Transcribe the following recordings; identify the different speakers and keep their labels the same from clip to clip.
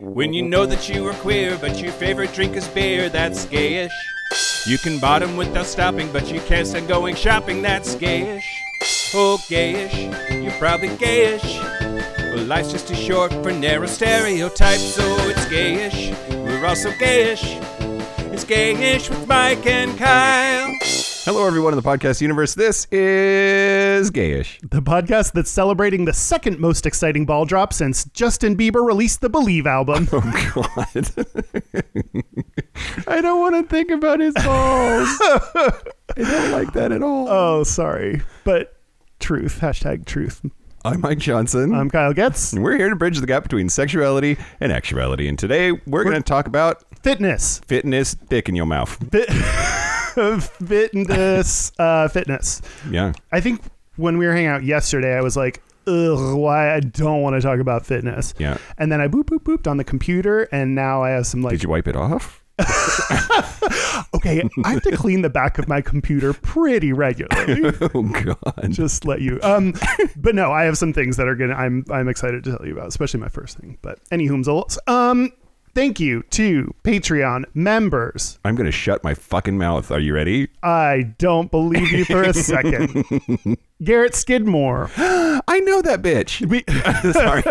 Speaker 1: When you know that you are queer, but your favorite drink is beer, that's gayish. You can bottom without stopping, but you can't stand going shopping, that's gayish. Oh, gayish, you're probably gayish. Well, life's just too short for narrow stereotypes, so it's gayish. We're also gayish. It's gayish with Mike and Kyle.
Speaker 2: Hello, everyone in the podcast universe. This is Gayish.
Speaker 3: The podcast that's celebrating the second most exciting ball drop since Justin Bieber released the Believe album.
Speaker 2: Oh God! I don't want to think about his balls. I don't like that at all.
Speaker 3: oh, sorry. But truth, hashtag truth.
Speaker 2: I'm Mike Johnson.
Speaker 3: I'm Kyle Getz.
Speaker 2: and we're here to bridge the gap between sexuality and actuality. And today we're, going to talk about
Speaker 3: Fitness.
Speaker 2: fitness, dick in your mouth.
Speaker 3: Fit- fitness. Uh, fitness.
Speaker 2: Yeah.
Speaker 3: I think when we were hanging out yesterday, I was like, Ugh, why I don't want to talk about fitness.
Speaker 2: Yeah.
Speaker 3: And then I boop boop booped on the computer and now I have some like
Speaker 2: Did you wipe it off?
Speaker 3: okay, I have to clean the back of my computer pretty regularly.
Speaker 2: Oh God!
Speaker 3: just let you um but no i have some things that are gonna i'm i'm excited to tell you about especially my first thing but any whomsels um thank you to patreon members
Speaker 2: I'm going to shut my fucking mouth. Are you ready?
Speaker 3: i don't believe you for a second garrett skidmore
Speaker 2: I know that bitch. Sorry.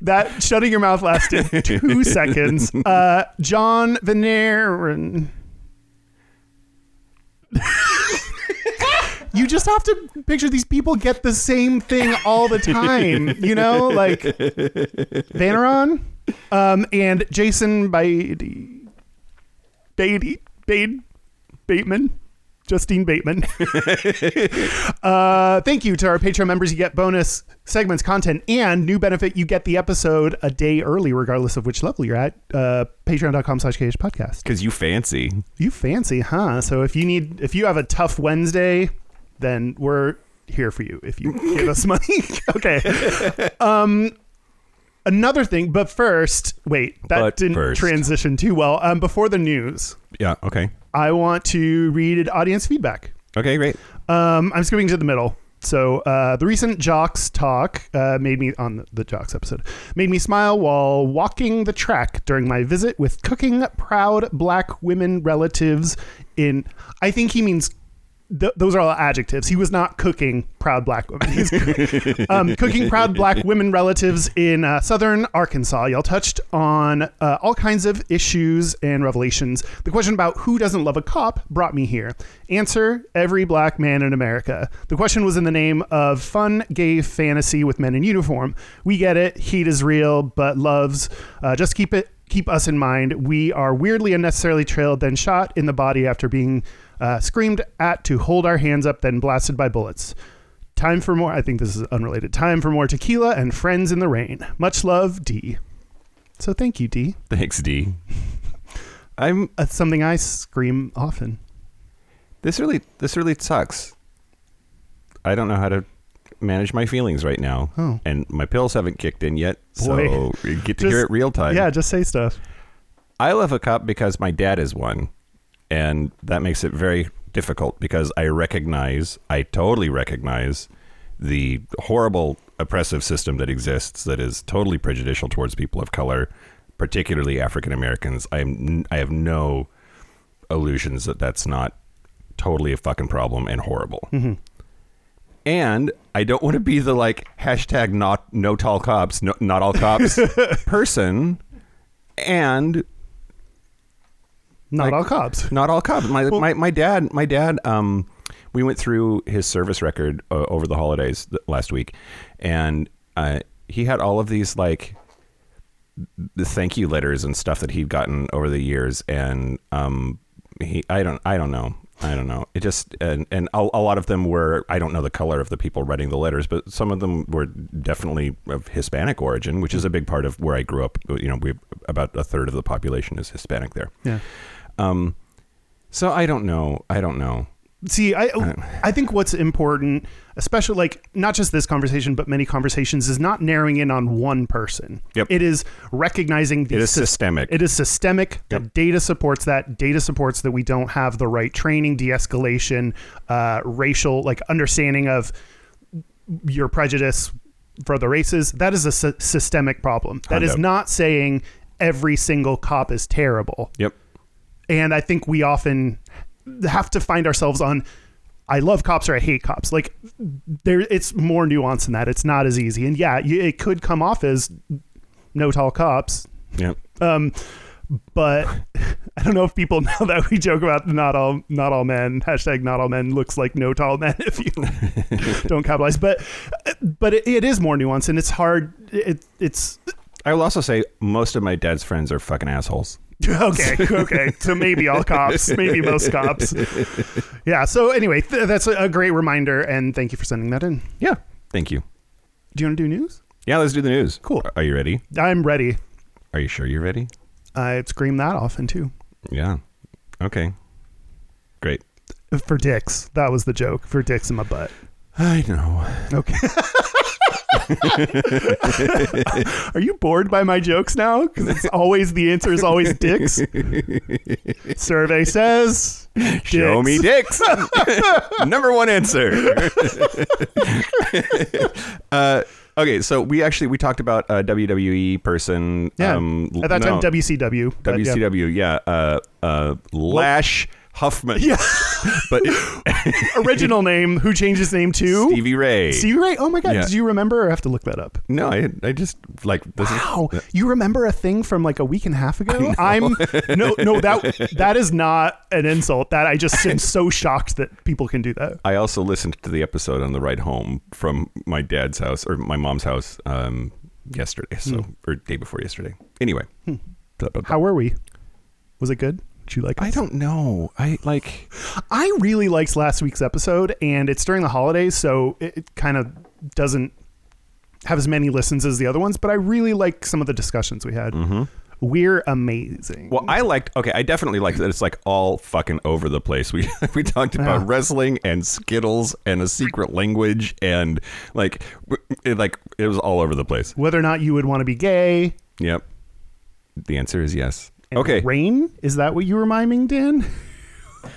Speaker 3: that shutting your mouth lasted two seconds uh john venerin You just have to picture these people get the same thing all the time, you know, like Vanaron um, and Jason Beatty, Beatty, Bate, Bateman, Justine Bateman. uh, thank you to our Patreon members. You get bonus segments, content, and new benefit. You get the episode a day early, regardless of which level you're at. Uh, Patreon.com slash KH podcast.
Speaker 2: Because you fancy.
Speaker 3: You fancy, huh? So if you need, if you have a tough Wednesday, then we're here for you. If you give us money, okay. Um, another thing, but first, wait, that
Speaker 2: But
Speaker 3: didn't
Speaker 2: first.
Speaker 3: transition too well. Um, before the news,
Speaker 2: Yeah. Okay.
Speaker 3: I want to read audience feedback.
Speaker 2: Okay. Great.
Speaker 3: Um, I'm skipping to the middle. So uh, the recent Jocks talk uh, made me on the, the Jocks episode made me smile while walking the track during my visit with cooking proud black women relatives. In I think he means th- those are all adjectives. He was not cooking proud black women. He's um, cooking proud black women relatives in uh, southern Arkansas. Y'all touched on uh, all kinds of issues and revelations. The question about who doesn't love a cop brought me here. Answer every black man in America. The question was in the name of fun gay fantasy with men in uniform. We get it. Heat is real, but loves. Uh, just keep it. Keep us in mind. We are weirdly unnecessarily trailed, then shot in the body after being uh, screamed at to hold our hands up, then blasted by bullets. Time for more. I think this is unrelated. Time for more tequila and friends in the rain. Much love, D. So thank you, D.
Speaker 2: Thanks, D. I'm
Speaker 3: That's something I scream often.
Speaker 2: this really this really sucks. I don't know how to manage my feelings right now,
Speaker 3: Oh.
Speaker 2: and my pills haven't kicked in yet, so
Speaker 3: Boy.
Speaker 2: you get to
Speaker 3: Just-
Speaker 2: hear it real time.
Speaker 3: yeah, just say stuff.
Speaker 2: I love a cop because my dad is one, and that makes it very difficult because I recognize, I totally recognize the horrible oppressive system that exists that is totally prejudicial towards people of color, particularly African Americans. I am I have no illusions that that's not totally a fucking problem and horrible. And I don't want to be the like hashtag not no tall cops, no, not all cops person. And
Speaker 3: Not all cops.
Speaker 2: not all cops. My, my my dad my dad um we went through his service record uh, over the holidays th- last week, and uh, he had all of these like the thank you letters and stuff that he'd gotten over the years, and um he I don't I don't know. I don't know. It just and and a, a lot of them were I don't know the color of the people writing the letters, but some of them were definitely of Hispanic origin,
Speaker 3: Hmm.
Speaker 2: which is a big part of where I grew up. You know, we about a third of the population is Hispanic there.
Speaker 3: Yeah.
Speaker 2: Um, so I don't know. I don't know.
Speaker 3: See, I I think what's important, especially like not just this conversation, but many conversations, is not narrowing in on one person.
Speaker 2: Yep.
Speaker 3: It is recognizing the
Speaker 2: It is
Speaker 3: sys-
Speaker 2: systemic.
Speaker 3: It is systemic.
Speaker 2: Yep.
Speaker 3: That data supports that. Data supports that we don't have the right training, de-escalation, uh, racial, like understanding of your prejudice, for the races. That is a sy- systemic problem. That is
Speaker 2: Hundo.
Speaker 3: not saying every single cop is terrible.
Speaker 2: Yep.
Speaker 3: And I think we often have to find ourselves on I love cops or I hate cops. Like there it's more nuanced than that. It's not as easy. And yeah, you, it could come off as no tall cops,
Speaker 2: Yep.
Speaker 3: but I don't know if people now that we joke about not all not all men hashtag not all men looks like no tall men if you don't capitalize, but but it, it is more nuanced and it's hard. It it's
Speaker 2: I will also say most of my dad's friends are fucking assholes.
Speaker 3: okay okay so maybe all cops maybe most cops yeah so anyway th- that's a great reminder and thank you for sending that in
Speaker 2: Yeah. Thank you.
Speaker 3: do you want to do news
Speaker 2: Yeah, let's do the news.
Speaker 3: Cool.
Speaker 2: Are you ready?
Speaker 3: i'm ready
Speaker 2: Are you sure you're ready?
Speaker 3: i scream that often too
Speaker 2: Yeah. Okay. Great.
Speaker 3: for dicks that was the joke for dicks in my butt
Speaker 2: I know.
Speaker 3: okay are you bored by my jokes now because it's always the answer is always dicks survey says
Speaker 2: Show me dicks. Number one answer. uh, okay, so we actually we talked about a WWE person.
Speaker 3: yeah
Speaker 2: um,
Speaker 3: at that
Speaker 2: no,
Speaker 3: time wcw but yeah.
Speaker 2: WCW. Yeah. Uh, uh, Lash Huffman.
Speaker 3: Yeah.
Speaker 2: but
Speaker 3: original name who changed his name to
Speaker 2: Stevie Ray.
Speaker 3: Stevie Ray. Oh my god,
Speaker 2: Yeah.
Speaker 3: did you remember? I have to look that up.
Speaker 2: no, I, I just like this is-
Speaker 3: Wow, you remember a thing from like a week and a half ago? I'm no, no that that is not an insult. That I just am so shocked that people can do that.
Speaker 2: I also listened to the episode on the ride home from my dad's house or my mom's house um, yesterday, so or day before yesterday. Anyway, Blah, blah, blah.
Speaker 3: Hmm. How were we? Was it good? Did you like?
Speaker 2: I
Speaker 3: It?
Speaker 2: don't know. I like.
Speaker 3: I really liked last week's episode, and it's during the holidays, so it, it kind of doesn't have as many listens as the other ones. But I really like some of the discussions we had. We're amazing.
Speaker 2: Mm-hmm. Well, I liked. Okay, I definitely liked that. It's like all fucking over the place. We we talked about
Speaker 3: Yeah.
Speaker 2: wrestling and Skittles and a secret language and like w- it, like it was all over the place.
Speaker 3: Whether or not you would want to be gay,
Speaker 2: Yep. The answer is yes.
Speaker 3: And
Speaker 2: okay.
Speaker 3: Rain? Is that what you were miming, Dan?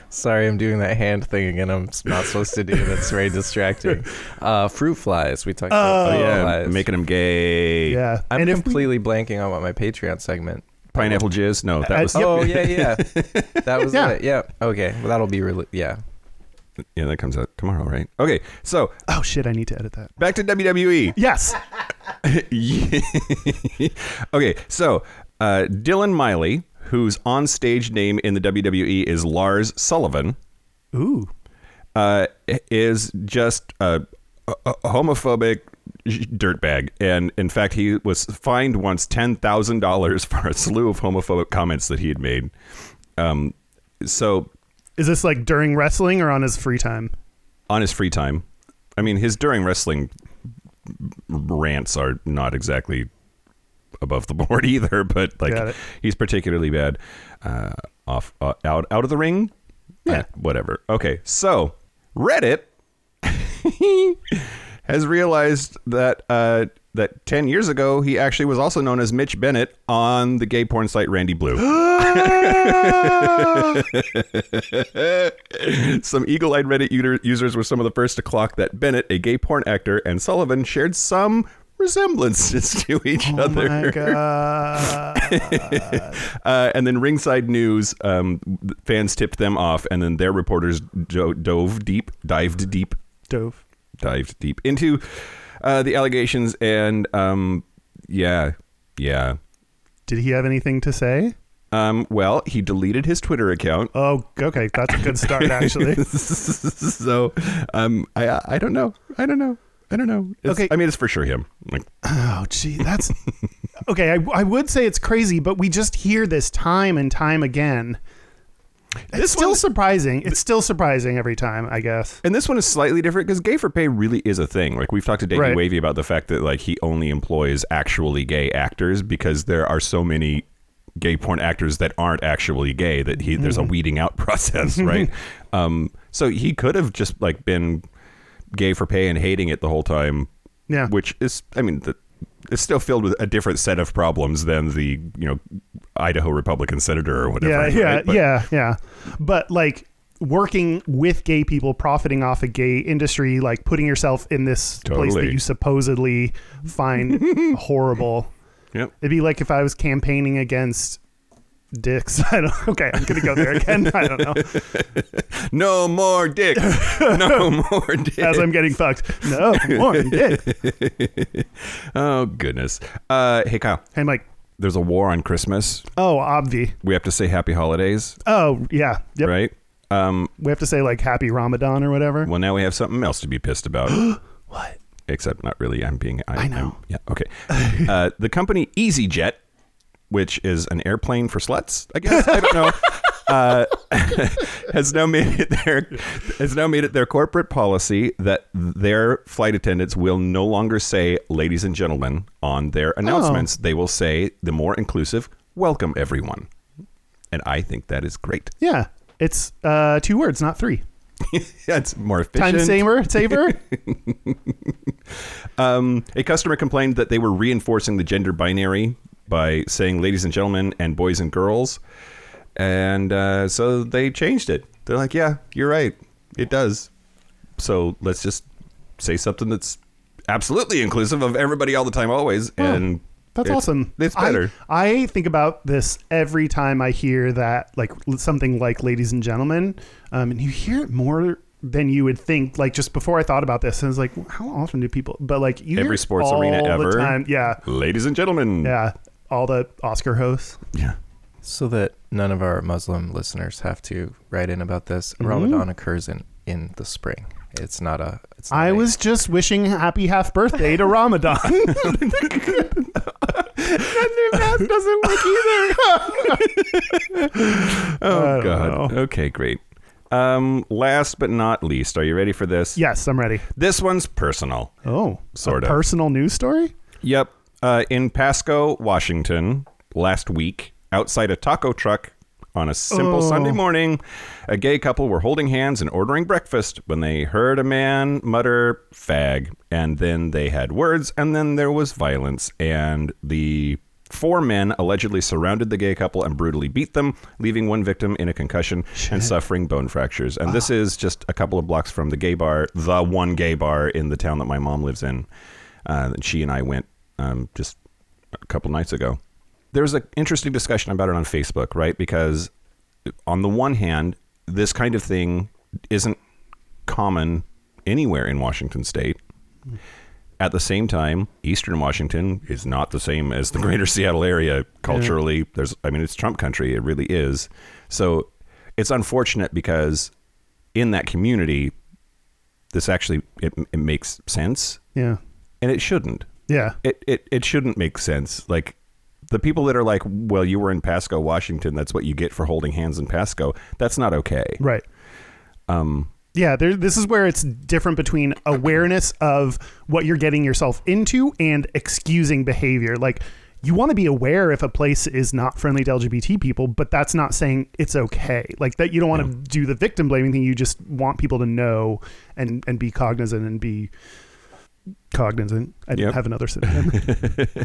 Speaker 4: Sorry, I'm doing that hand thing again. I'm s- not supposed to do. That's very distracting. Uh, fruit flies. We talked about
Speaker 2: Oh
Speaker 4: fruit
Speaker 2: yeah,
Speaker 4: flies.
Speaker 2: making him gay.
Speaker 3: Yeah.
Speaker 4: I'm
Speaker 3: and if we-
Speaker 4: completely blanking on what my Patreon segment.
Speaker 2: Pineapple jizz. No, that
Speaker 3: Uh,
Speaker 2: was.
Speaker 4: Oh yeah, yeah. That was
Speaker 3: Yeah.
Speaker 4: it. Yeah. Okay. Well, that'll be really. Yeah.
Speaker 2: Yeah, that comes out tomorrow, right? Okay, so
Speaker 3: oh shit, I need to edit that.
Speaker 2: back to E. WWE.
Speaker 3: Yes.
Speaker 2: okay, so uh, Dylan Miley, whose on stage name in the WWE is Lars Sullivan,
Speaker 3: Ooh.
Speaker 2: uh, is just a, a a homophobic dirtbag. And in fact, he was fined once $10,000 for a slew of homophobic comments that he had made. Um, so
Speaker 3: Is this like during wrestling or on his free time?
Speaker 2: on his free time. I mean, his during wrestling rants are not exactly above the board either, but
Speaker 3: Got
Speaker 2: like
Speaker 3: it.
Speaker 2: he's particularly bad uh, off uh, out out of the ring. Uh,
Speaker 3: Yeah.
Speaker 2: whatever. Okay, so Reddit has realized that uh, that ten years ago he actually was also known as Mitch Bennett on the gay porn site Randy Blue. some eagle-eyed Reddit uter- users were some of the first to clock that Bennett, a gay porn actor, and Sullivan shared some resemblances to each other.
Speaker 3: Oh, My God.
Speaker 2: Uh, and then Ringside News um, th- fans tipped them off, and then their reporters do- dove deep, dived deep,
Speaker 3: Dove.
Speaker 2: dived deep into uh, the allegations, and um, yeah, yeah.
Speaker 3: Did he have anything to say?
Speaker 2: Um, well, he deleted his Twitter account,
Speaker 3: Oh, okay. That's a good start, actually.
Speaker 2: so um, I I don't know, I don't know, I don't know. It's-
Speaker 3: Okay.
Speaker 2: I mean it's for sure him. Like,
Speaker 3: Oh, gee, that's okay. I, I would say it's crazy, but we just hear this time and time again. it's still
Speaker 2: one-
Speaker 3: surprising. It's still surprising every time, I guess.
Speaker 2: And this one is slightly different because gay for pay really is a thing. Like we've talked to Davey
Speaker 3: Right.
Speaker 2: Wavy about the fact that like he only employs actually gay actors because there are so many gay porn actors that aren't actually gay that he there's a
Speaker 3: Mm-hmm.
Speaker 2: weeding out process, right? um, so he could have just like been gay for pay and hating it the whole time,
Speaker 3: Yeah.
Speaker 2: which is I mean the, it's still filled with a different set of problems than the you know Idaho Republican senator or whatever.
Speaker 3: Yeah, yeah,
Speaker 2: right? But-
Speaker 3: yeah, yeah. But like working with gay people, profiting off a gay industry, like putting yourself in this place
Speaker 2: Totally.
Speaker 3: that you supposedly find horrible.
Speaker 2: Yep.
Speaker 3: It'd be like if I was campaigning against dicks. I don't. Okay, I'm gonna go there again. I don't know.
Speaker 2: No more dick. No more dick.
Speaker 3: As I'm getting fucked. No, more dick.
Speaker 2: oh goodness. Uh, hey Kyle,
Speaker 3: Hey, Mike.
Speaker 2: there's a war on Christmas.
Speaker 3: Oh, obvi.
Speaker 2: We have to say Happy Holidays,
Speaker 3: Oh, yeah. Yep.
Speaker 2: right? Um,
Speaker 3: We have to say like Happy Ramadan or whatever.
Speaker 2: well, now we have something else to be pissed about.
Speaker 3: What?
Speaker 2: Except not really. I'm being. I,
Speaker 3: I know.
Speaker 2: I'm- yeah. Okay. Uh, the company EasyJet, which is an airplane for sluts, I guess. I don't know. Uh, has now made it their has now made it their corporate policy that their flight attendants will no longer say "ladies and gentlemen" on
Speaker 3: Oh.
Speaker 2: their announcements. They will say the more inclusive "welcome everyone," and I think that is great.
Speaker 3: Yeah. It's uh, two words, not three.
Speaker 2: That's more efficient.
Speaker 3: Time saver, saver.
Speaker 2: Um, a customer complained that they were reinforcing the gender binary by saying ladies and gentlemen and boys and girls. And uh, so they changed it. They're like, yeah, you're right. It does. So let's just say something that's absolutely inclusive of everybody all the time, always. and
Speaker 3: That's
Speaker 2: it's-
Speaker 3: awesome.
Speaker 2: It's
Speaker 3: I-
Speaker 2: better.
Speaker 3: I, think about this every time I hear that, like l- something like "ladies and gentlemen," um, and you hear it more than you would think. Like just before I thought about this, and I was like, how often do people? But like you hear
Speaker 2: Every
Speaker 3: it
Speaker 2: sports
Speaker 3: all
Speaker 2: arena
Speaker 3: the
Speaker 2: ever.
Speaker 3: time. Yeah,
Speaker 2: ladies and gentlemen.
Speaker 3: yeah. All the Oscar hosts.
Speaker 2: Yeah.
Speaker 4: So that none of our Muslim listeners have to write in about this, Ramadan occurs in, in the spring. It's not a. It's not
Speaker 3: I
Speaker 4: a-
Speaker 3: was just wishing happy half birthday to Ramadan.
Speaker 2: That doesn't work either. oh,
Speaker 3: don't
Speaker 2: God. Okay, great. Um, last but not least, are you ready for this?
Speaker 3: yes, I'm ready.
Speaker 2: This one's personal.
Speaker 3: Oh,
Speaker 2: Sort
Speaker 3: a
Speaker 2: of.
Speaker 3: personal news story.
Speaker 2: Yep. Uh, in Pasco, Washington, last week, outside a taco truck on a simple
Speaker 3: Oh.
Speaker 2: Sunday morning, a gay couple were holding hands and ordering breakfast when they heard a man mutter fag. And then they had words, and then there was violence. And the four men allegedly surrounded the gay couple and brutally beat them, leaving one victim in a concussion and suffering bone fractures. And this is just a couple of blocks from the gay bar, the one gay bar in the town that my mom lives in uh, that she and I went um, just a couple nights ago. There was an interesting discussion about it on Facebook, right? Because on the one hand, this kind of thing isn't common anywhere in Washington state. At the same time, Eastern Washington is not the same as the greater Seattle area culturally. There's, I mean, it's Trump country. It really is. So it's unfortunate because in that community, this actually it, it makes sense
Speaker 3: Yeah,
Speaker 2: and it shouldn't.
Speaker 3: yeah.
Speaker 2: It, it it shouldn't make sense. Like the people that are like, well, you were in Pasco, Washington. That's what you get for holding hands in Pasco. That's not okay.
Speaker 3: Right.
Speaker 2: Um,
Speaker 3: Yeah, there, this is where it's different between awareness of what you're getting yourself into and excusing behavior. Like, you want to be aware if a place is not friendly to LGBT people, but that's not saying it's okay. Like that, you don't want to do the victim blaming thing. You just want people to know and and be cognizant and be cognizant. I didn't
Speaker 2: Yep.
Speaker 3: have another synonym.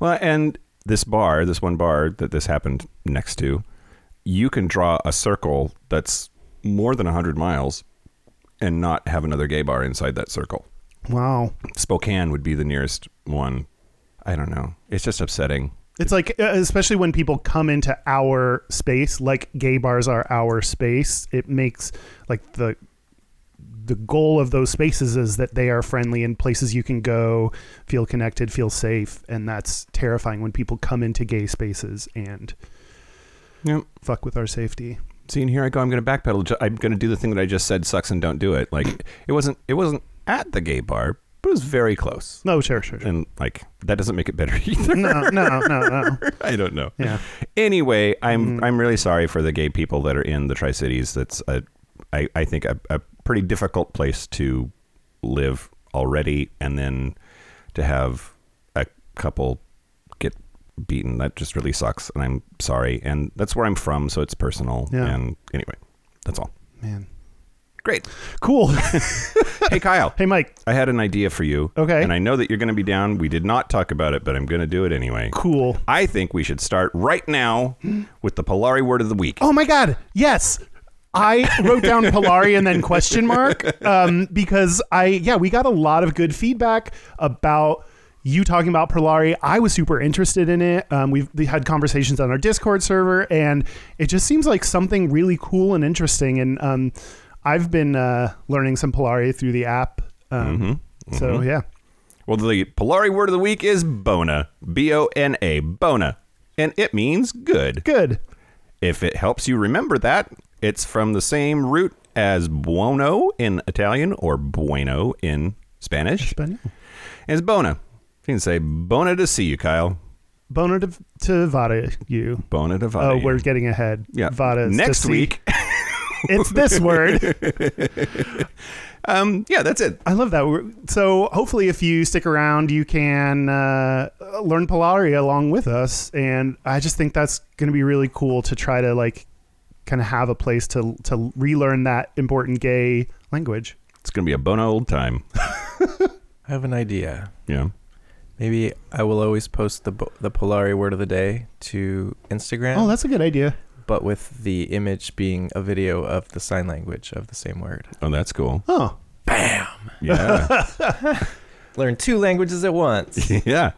Speaker 2: Well, and this bar, this one bar that this happened next to, you can draw a circle that's more than 100 miles and not have another gay bar inside that circle.
Speaker 3: wow,
Speaker 2: Spokane would be the nearest one. I don't know. It's just upsetting.
Speaker 3: It's like, uh, especially when people come into our space, like gay bars are our space. It makes like the the goal of those spaces is that they are friendly and places you can go, feel connected, feel safe, and that's terrifying when people come into gay spaces and
Speaker 2: Yep.
Speaker 3: fuck with our safety.
Speaker 2: See, and here I go. I'm going to backpedal. Ju- I'm going to do the thing that I just said sucks and don't do it. Like it wasn't. It wasn't at the gay bar, but it was very close.
Speaker 3: No, sure, sure, sure.
Speaker 2: And like that doesn't make it better either.
Speaker 3: No, no, no, no.
Speaker 2: I don't know.
Speaker 3: Yeah.
Speaker 2: Anyway, I'm
Speaker 3: Mm-hmm.
Speaker 2: I'm really sorry for the gay people that are in the Tri Cities. That's a, I I think a, a pretty difficult place to live already, and then to have a couple get beaten that just really sucks. And I'm sorry. And that's where I'm from, so it's personal.
Speaker 3: Yeah.
Speaker 2: And anyway, that's all.
Speaker 3: Man.
Speaker 2: Great.
Speaker 3: Cool.
Speaker 2: hey, Kyle.
Speaker 3: hey, Mike.
Speaker 2: I had an idea for you.
Speaker 3: Okay.
Speaker 2: And I know that you're going to be down. We did not talk about it, but I'm going to do it anyway.
Speaker 3: Cool.
Speaker 2: I think we should start right now with the Polari word of the week.
Speaker 3: Oh my God. Yes. I wrote down Polari and then question mark um, because I yeah we got a lot of good feedback about you talking about Polari. I was super interested in it. Um, we've we had conversations on our Discord server, and it just seems like something really cool and interesting. And um, I've been uh, learning some Polari through the app. Um,
Speaker 2: Mm-hmm.
Speaker 3: So yeah,
Speaker 2: Well, the Polari word of the week is bona. B O N A, bona. And it means good.
Speaker 3: good.
Speaker 2: If it helps you remember that, it's from the same root as buono in Italian or bueno in Spanish.
Speaker 3: But no.
Speaker 2: And it's bona. You can say bona to see you, Kyle.
Speaker 3: Bono to, to Vada you.
Speaker 2: Bona to
Speaker 3: Oh,
Speaker 2: vada.
Speaker 3: we're getting ahead.
Speaker 2: yeah.
Speaker 3: Vada. is
Speaker 2: Next
Speaker 3: to see.
Speaker 2: week.
Speaker 3: it's this word.
Speaker 2: um, yeah, that's it.
Speaker 3: I love that. We're- So hopefully, if you stick around, you can uh, learn Polari along with us. And I just think that's going to be really cool to try to like kind of have a place to to relearn that important gay language.
Speaker 2: It's going to be a bona old time.
Speaker 4: I have an idea.
Speaker 2: Yeah.
Speaker 4: Maybe I will always post the bo- the Polari word of the day to Instagram,
Speaker 3: Oh, that's a good idea.
Speaker 4: but with the image being a video of the sign language of the same word.
Speaker 2: Oh, that's cool.
Speaker 3: Oh,
Speaker 2: Yeah.
Speaker 4: Learn two languages at once.
Speaker 2: yeah.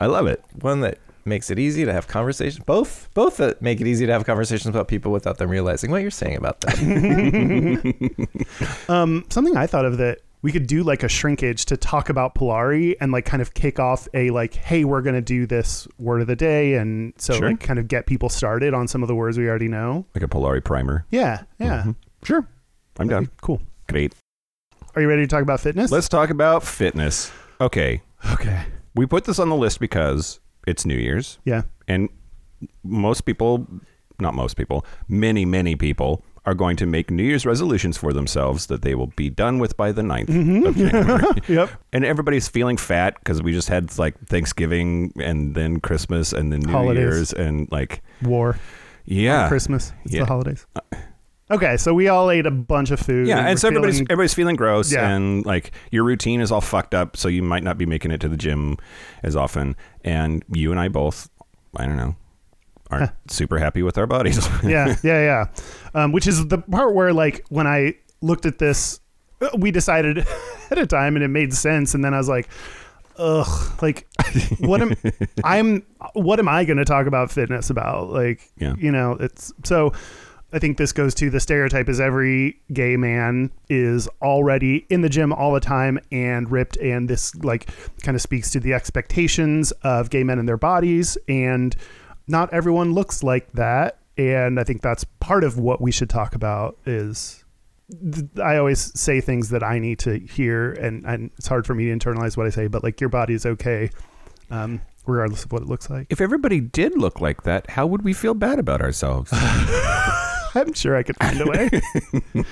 Speaker 2: I love it.
Speaker 4: One that makes it easy to have conversations. Both both that make it easy to have conversations about people without them realizing what you're saying about them.
Speaker 3: um, something I thought of that we could do like a shrinkage to talk about Polari and like kind of kick off a like, hey, we're going to do this word of the day, and so
Speaker 2: Sure.
Speaker 3: like kind of get people started on some of the words we already know. Mm-hmm.
Speaker 2: Like a Polari primer.
Speaker 3: Yeah, yeah,
Speaker 2: Sure. I'm
Speaker 3: That'd
Speaker 2: done.
Speaker 3: be cool.
Speaker 2: Great.
Speaker 3: Are you ready to talk about fitness?
Speaker 2: Let's talk about fitness. Okay.
Speaker 3: okay.
Speaker 2: We put this on the list because it's New Year's
Speaker 3: Yeah.
Speaker 2: and most people, not most people, many, many people are going to make New Year's resolutions for themselves that they will be done with by the 9th
Speaker 3: Mm-hmm.
Speaker 2: of January.
Speaker 3: Yep.
Speaker 2: And everybody's feeling fat because we just had like Thanksgiving and then Christmas and then New
Speaker 3: Holidays.
Speaker 2: Year's and like,
Speaker 3: War.
Speaker 2: yeah.
Speaker 3: Christmas. It's
Speaker 2: Ah, Yeah. Uh,
Speaker 3: the holidays. Okay, so we all ate a bunch of food.
Speaker 2: Yeah, and,
Speaker 3: we're
Speaker 2: so everybody's
Speaker 3: feeling-
Speaker 2: everybody's feeling gross,
Speaker 3: Yeah.
Speaker 2: and like your routine is all fucked up, so you might not be making it to the gym as often. And you and I both, I don't know, aren't super happy with our bodies.
Speaker 3: yeah, yeah, yeah. Um, which is the part where, like, when I looked at this, uh, we decided ahead of time, and it made sense. And then I was like, ugh, like, what am I'm? What am I going to talk about fitness about? Like,
Speaker 2: Yeah.
Speaker 3: you know, it's so. I think this goes to the stereotype is every gay man is already in the gym all the time and ripped and this like kind of speaks to the expectations of gay men and their bodies and not everyone looks like that and I think that's part of what we should talk about is th- I always say things that I need to hear and and it's hard for me to internalize what I say but like your body's okay um regardless of what it looks like.
Speaker 2: if everybody did look like that, how would we feel bad about ourselves?
Speaker 3: I'm sure I could find a way.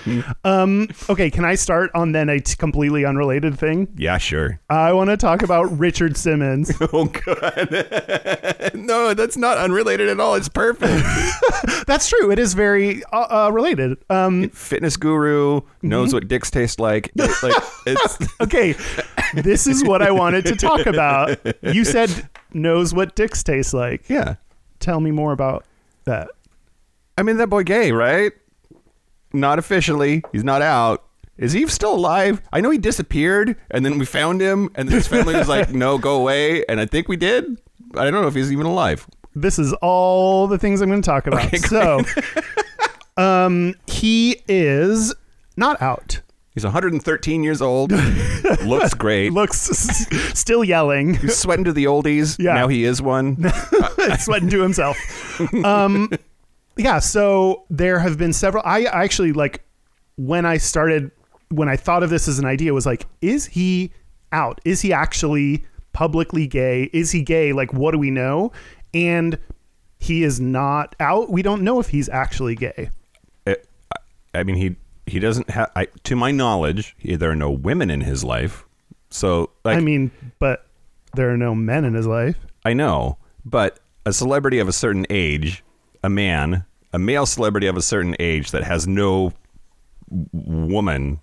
Speaker 3: um, okay, can I start on then a t- completely unrelated thing?
Speaker 2: yeah, sure.
Speaker 3: I want to talk about Richard Simmons.
Speaker 2: Oh god, no, that's not unrelated at all. It's perfect.
Speaker 3: That's true. It is very uh, uh, related. Um,
Speaker 2: Fitness guru knows what dicks taste like. It's like it's
Speaker 3: okay, this is what I wanted to talk about. You said knows what dicks taste like.
Speaker 2: yeah.
Speaker 3: Tell me more about that.
Speaker 2: I mean, that boy gay, right? Not officially. He's not out. Is he still alive? I know he disappeared, and then we found him, and then his family was like, "No, go away." And I think we did. I don't know if he's even alive.
Speaker 3: This is all the things I'm going to talk about.
Speaker 2: Okay, great.
Speaker 3: so, um, he is not out.
Speaker 2: He's 113 years old. Looks great.
Speaker 3: Looks s- still yelling.
Speaker 2: He's sweating to the oldies.
Speaker 3: Yeah.
Speaker 2: Now he is one.
Speaker 3: sweating to himself. Um, yeah. So there have been several. I I actually like when I started when I thought of this as an idea was like, is he out? Is he actually publicly gay? Is he gay? Like, what do we know? And he is not out. We don't know if he's actually gay.
Speaker 2: I I mean, he he doesn't have. I, to my knowledge, he- there are no women in his life. So, like,
Speaker 3: I mean, but there are no men in his life.
Speaker 2: I know, but a celebrity of a certain age, a man, a male celebrity of a certain age that has no w- woman,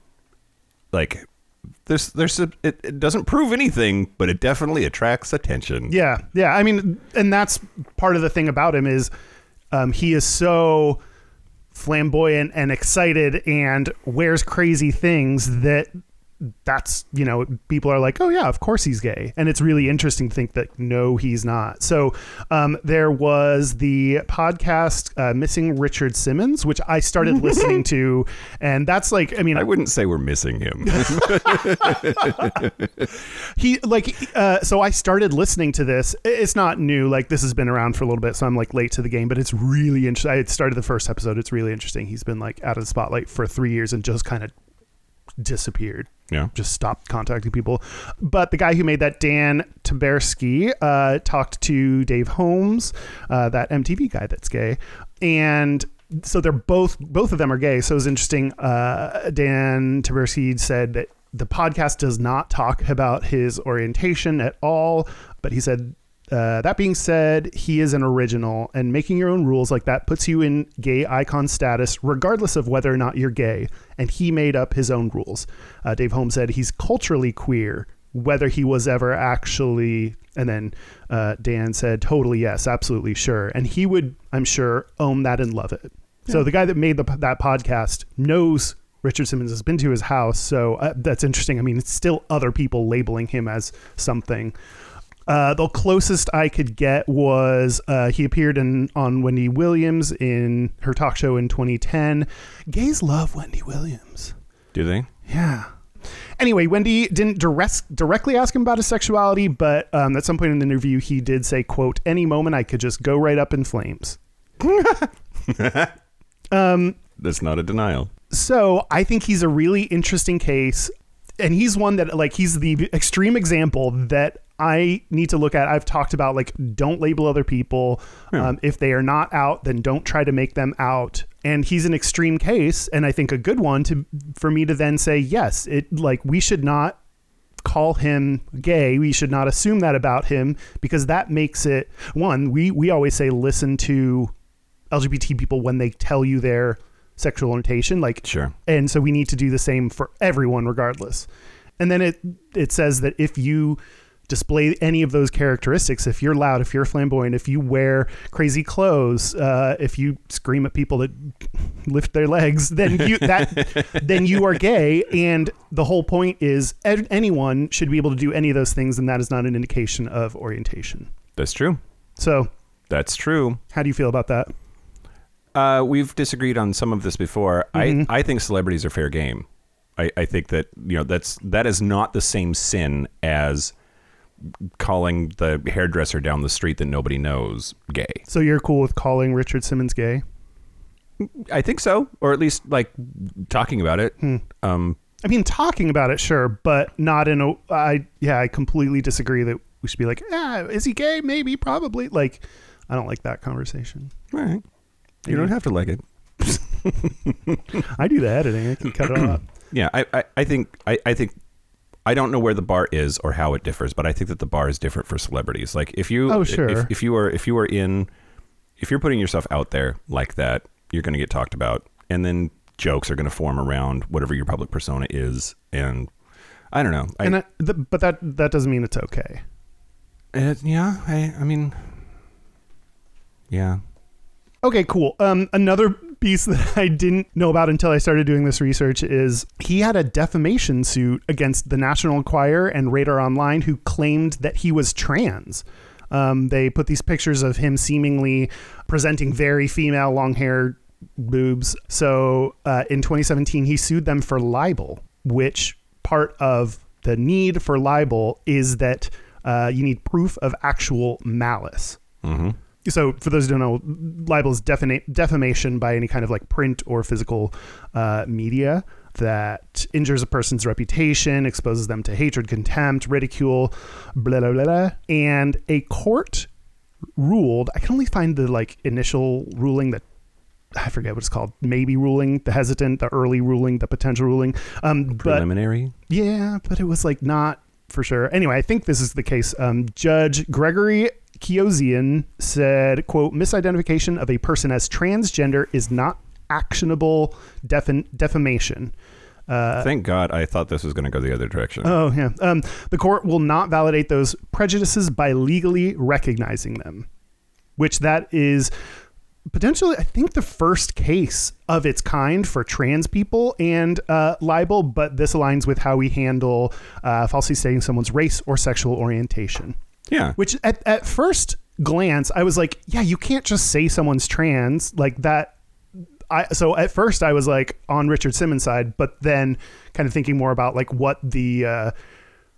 Speaker 2: like there's there's a, it, it doesn't prove anything, but it definitely attracts attention.
Speaker 3: Yeah, yeah. I mean, and that's part of the thing about him is um, he is so flamboyant and excited and wears crazy things that that's you know people are like oh yeah of course he's gay and it's really interesting to think that no he's not so um, there was the podcast uh, missing richard simmons which i started listening to and that's like i mean
Speaker 2: I wouldn't say we're missing him.
Speaker 3: he like uh, so i started listening to this I- it's not new like this has been around for a little bit so i'm like late to the game but it's really interesting i had started the first episode it's really interesting he's been like out of the spotlight for three years and just kind of disappeared
Speaker 2: yeah.
Speaker 3: just stopped contacting people but the guy who made that dan taberski uh, talked to dave holmes uh, that mtv guy that's gay and so they're both both of them are gay so it was interesting uh, dan taberski said that the podcast does not talk about his orientation at all but he said uh, that being said, he is an original, and making your own rules like that puts you in gay icon status, regardless of whether or not you're gay. And he made up his own rules. Uh, Dave Holmes said he's culturally queer, whether he was ever actually. And then uh, Dan said, totally, yes, absolutely, sure. And he would, I'm sure, own that and love it. So the guy that made the, that podcast knows Richard Simmons has been to his house. So uh, that's interesting. I mean, it's still other people labeling him as something. Uh, the closest I could get was uh, he appeared in on Wendy Williams in her talk show in 2010. Gays love Wendy Williams.
Speaker 2: Do they?
Speaker 3: Yeah. Anyway, Wendy didn't direct, directly ask him about his sexuality, but um, at some point in the interview, he did say, "quote Any moment I could just go right up in flames."
Speaker 2: That's not a denial.
Speaker 3: so I think he's a really interesting case, and he's one that like he's the extreme example that I need to look at. I've talked about like don't label other people. Um, if they are not out, then don't try to make them out. And he's an extreme case, and I think a good one to for me to then say yes. It like we should not call him gay. We should not assume that about him because that makes it one. We we always say listen to LGBT people when they tell you their sexual orientation. Like
Speaker 2: Sure.
Speaker 3: and so we need to do the same for everyone regardless and then it it says that if you display any of those characteristics if you're loud if you're flamboyant if you wear crazy clothes uh, if you scream at people that lift their legs then you that then you are gay and the whole point is ed- anyone should be able to do any of those things and that is not an indication of orientation
Speaker 2: That's true.
Speaker 3: so
Speaker 2: That's true.
Speaker 3: how do you feel about that
Speaker 2: Uh, we've disagreed on some of this before. I, I think celebrities are fair game. I, I think that you know that's that is not the same sin as calling the hairdresser down the street that nobody knows gay.
Speaker 3: so you're cool with calling richard simmons gay
Speaker 2: I think so, or at least like talking about it. Um,
Speaker 3: I mean, talking about it, sure, but not in a. I yeah, I completely disagree that we should be like, ah, is he gay? Maybe, probably. Like, I don't like that conversation.
Speaker 2: all right, you don't have to like it.
Speaker 3: I do the editing. I can cut it all up.
Speaker 2: Yeah, I, I, I think I, I think I don't know where the bar is or how it differs, but I think that the bar is different for celebrities. Like if you
Speaker 3: Oh,
Speaker 2: if-
Speaker 3: sure.
Speaker 2: if, you are if you are in if you're putting yourself out there like that, you're gonna get talked about and then jokes are gonna form around whatever your public persona is and I don't know. I,
Speaker 3: and I, the, but that that doesn't mean it's okay.
Speaker 2: uh, yeah, I I mean Yeah.
Speaker 3: Okay, cool. Um, another piece that I didn't know about until I started doing this research is he had a defamation suit against the National Enquirer and Radar Online, who claimed that he was trans. Um, they put these pictures of him seemingly presenting very female, long hair, boobs. So uh, in 2017, he sued them for libel, which part of the need for libel is that uh, you need proof of actual malice so for those who don't know libel is defina- defamation by any kind of like print or physical uh, media that injures a person's reputation exposes them to hatred contempt ridicule blah blah blah, blah. and a court ruled i can only find the like initial ruling that i forget what it's called maybe ruling the hesitant the early ruling the potential ruling um but
Speaker 2: Preliminary.
Speaker 3: yeah, but it was like not for sure. Anyway, I think this is the case. Um, Judge Gregory Kiosian said, "quote Misidentification of a person as transgender is not actionable defin- defamation."
Speaker 2: Thank God I thought this was gonna go the other direction.
Speaker 3: uh, Oh yeah. Um, the court will not validate those prejudices by legally recognizing them, which that is potentially, I think, the first case of its kind for trans people and uh, libel, but this aligns with how we handle uh, falsely stating someone's race or sexual orientation.
Speaker 2: Yeah.
Speaker 3: Which at, at first glance, I was like, yeah, you can't just say someone's trans like that. I, so at first I was like on Richard Simmons' side, but then kind of thinking more about like what the uh,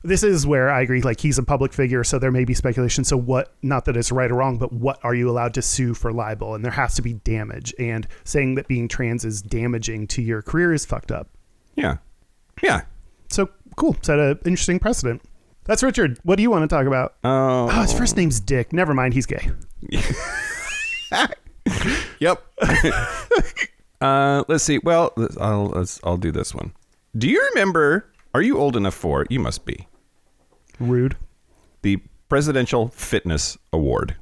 Speaker 3: this is where I agree. Like he's a public figure, so there may be speculation. So what? Not that it's right or wrong, but what are you allowed to sue for libel? And there has to be damage. And saying that being trans is damaging to your career is fucked up.
Speaker 2: Yeah. Yeah.
Speaker 3: So cool. Set an interesting precedent. That's Richard. What do you want to talk about?
Speaker 2: Oh.
Speaker 3: Oh, his first name's Dick. Never mind, he's gay.
Speaker 2: Yep. uh, let's see. Well, let's- I'll let's, I'll do this one. Do you remember? Are you old enough for? You must be
Speaker 3: Rude.
Speaker 2: the Presidential Fitness Award.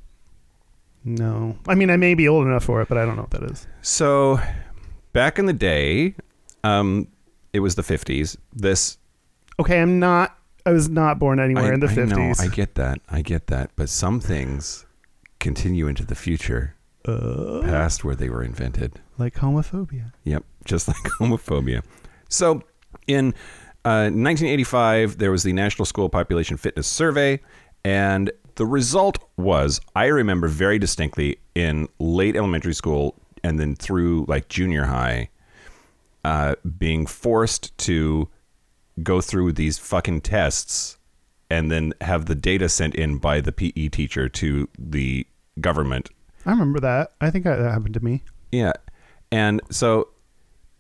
Speaker 3: No. I mean, I may be old enough for it, but I don't know what that is.
Speaker 2: So, back in the day, um, it was the fifties. This
Speaker 3: Okay, I'm not. I was not born anywhere
Speaker 2: I,
Speaker 3: in the
Speaker 2: I know,
Speaker 3: fifties.
Speaker 2: I get that. I get that. But some things continue into the future,
Speaker 3: Uh.
Speaker 2: past where they were invented.
Speaker 3: Like homophobia.
Speaker 2: Yep, just like homophobia. So, in uh, 1985, there was the National School Population Fitness Survey, and the result was I remember very distinctly in late elementary school and then through like junior high uh, being forced to go through these fucking tests and then have the data sent in by the PE teacher to the government
Speaker 3: I remember that. I think that happened to me.
Speaker 2: yeah, and so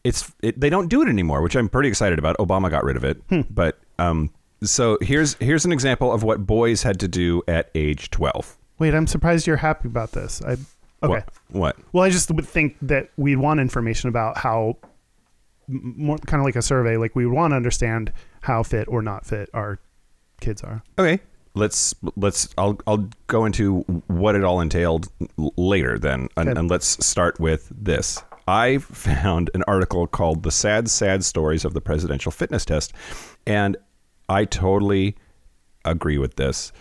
Speaker 2: it's it, they don't do it anymore, which I'm pretty excited about. Obama got rid of it,
Speaker 3: Hmm.
Speaker 2: but um, so here's here's an example of what boys had to do at age 12.
Speaker 3: Wait, I'm surprised you're happy about this. I okay.
Speaker 2: What? What?
Speaker 3: Well, I just would think that we'd want information about how m- more kind of like a survey, like we would want to understand how fit or not fit our kids are.
Speaker 2: Okay. Let's let's I'll I'll go into what it all entailed l- later then, and,
Speaker 3: Okay.
Speaker 2: and let's start with this. I found an article called "The Sad Sad Stories of the Presidential Fitness Test," and I totally agree with this.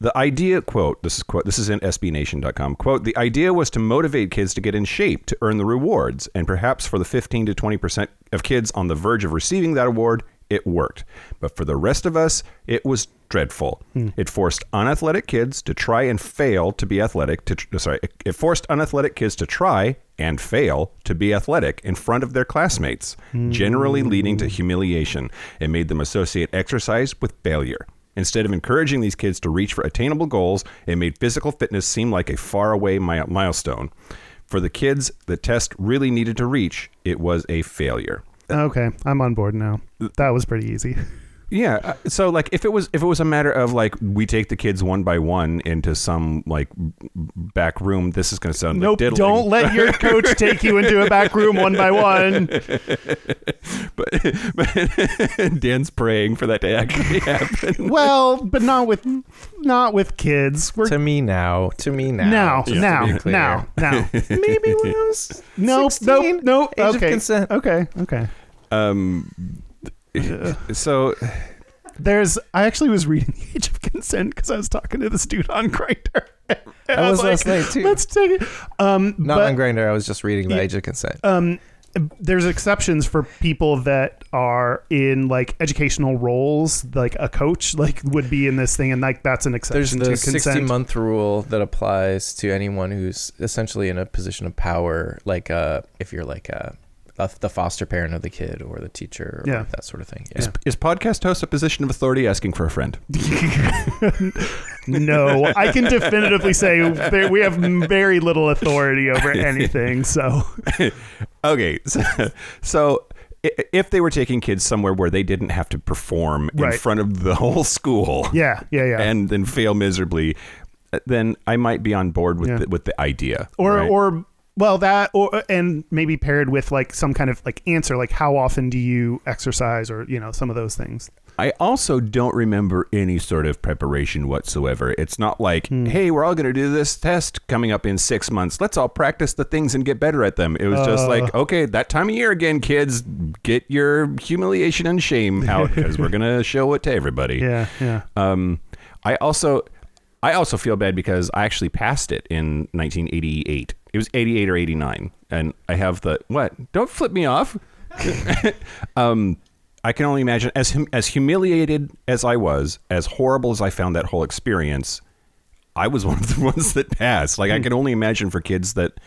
Speaker 2: The idea quote this is quote this is in sbnation.com quote the idea was to motivate kids to get in shape to earn the rewards and perhaps for the 15 to 20% of kids on the verge of receiving that award it worked but for the rest of us it was dreadful it forced unathletic kids to try and fail to be athletic to tr- sorry it- it forced unathletic kids to try and fail to be athletic in front of their classmates generally leading to humiliation it made them associate exercise with failure Instead of encouraging these kids to reach for attainable goals, it made physical fitness seem like a faraway mi- milestone. For the kids the test really needed to reach, it was a failure.
Speaker 3: Okay, I'm on board now.
Speaker 2: uh,
Speaker 3: That was pretty easy.
Speaker 2: Yeah, uh, so like if it was if it was a matter of like we take the kids one by one into some like b- back room, this is going to sound
Speaker 3: Nope,
Speaker 2: like diddling.
Speaker 3: don't let your coach take you into a back room one by one.
Speaker 2: But, but Dan's praying for that to actually happen.
Speaker 3: Well, but not with not with kids. We're
Speaker 4: To me now. To me now.
Speaker 3: now,
Speaker 4: just to
Speaker 3: now,
Speaker 4: be clear.
Speaker 3: now, now.
Speaker 4: Maybe when I was
Speaker 3: Nope,
Speaker 4: 16,
Speaker 3: nope, nope.
Speaker 4: Age
Speaker 3: okay.
Speaker 4: of consent.
Speaker 3: Okay, okay.
Speaker 2: Um, so
Speaker 3: There's. I actually was reading the Age of Consent because I was talking to this dude on Grinder.
Speaker 4: I was last night, too.
Speaker 3: Let's take it. Um,
Speaker 4: Not
Speaker 3: but,
Speaker 4: on Grinder. I was just reading the
Speaker 3: Yeah.
Speaker 4: age of consent.
Speaker 3: um, there's exceptions for people that are in like educational roles, like a coach, like would be in this thing, and like that's an
Speaker 4: There's
Speaker 3: exception
Speaker 4: the
Speaker 3: to consent.
Speaker 4: 60 month rule that applies to anyone who's essentially in a position of power, like uh, if you're like uh, a, the foster parent of the kid or the teacher, or
Speaker 3: Yeah.
Speaker 4: that sort of thing.
Speaker 2: is, is podcast host a position of authority asking for a friend?
Speaker 3: no, I can definitively say there, we have very little authority over anything. So
Speaker 2: Okay, so, so i- if they were taking kids somewhere where they didn't have to perform in
Speaker 3: Right.
Speaker 2: front of the whole school,
Speaker 3: yeah, yeah, yeah.
Speaker 2: and then fail miserably, uh, then I might be on board with
Speaker 3: Yeah.
Speaker 2: the, with the idea.
Speaker 3: or
Speaker 2: right?
Speaker 3: or well that or and maybe paired with like some kind of like answer like how often do you exercise or you know some of those things
Speaker 2: I also don't remember any sort of preparation whatsoever. It's not like,
Speaker 3: Hmm.
Speaker 2: hey, we're all going to do this test coming up in six months. Let's all practice the things and get better at them. It was just like,
Speaker 3: Uh.
Speaker 2: okay, that time of year again, kids, get your humiliation and shame out because we're going to show it to everybody.
Speaker 3: yeah yeah
Speaker 2: Um, I also I also feel bad because I actually passed it in 1988. It was 88 or 89. And I have the what? Don't flip me off. um, I can only imagine as hum- as humiliated as I was, as horrible as I found that whole experience, I was one of the ones that passed. Like I can only imagine for kids that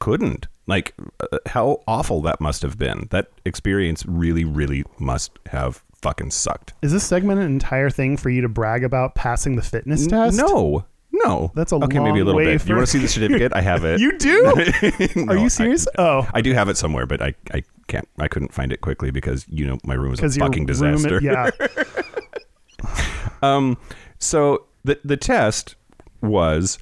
Speaker 2: couldn't. Like uh, how awful that must have been. That experience really really must have fucking sucked.
Speaker 3: Is this segment an entire thing for you to brag about passing the fitness test?
Speaker 2: No. No.
Speaker 3: That's a
Speaker 2: Okay,
Speaker 3: long
Speaker 2: maybe a little
Speaker 3: way
Speaker 2: bit.
Speaker 3: for-
Speaker 2: You want to see the certificate? I have it.
Speaker 3: You do?
Speaker 2: No,
Speaker 3: Are
Speaker 2: I-
Speaker 3: you serious? oh.
Speaker 2: I do have it somewhere, but I, I can't. I couldn't find it quickly because you know my room is a
Speaker 3: Because you're
Speaker 2: fucking disaster.
Speaker 3: yeah.
Speaker 2: Um. So the the test was,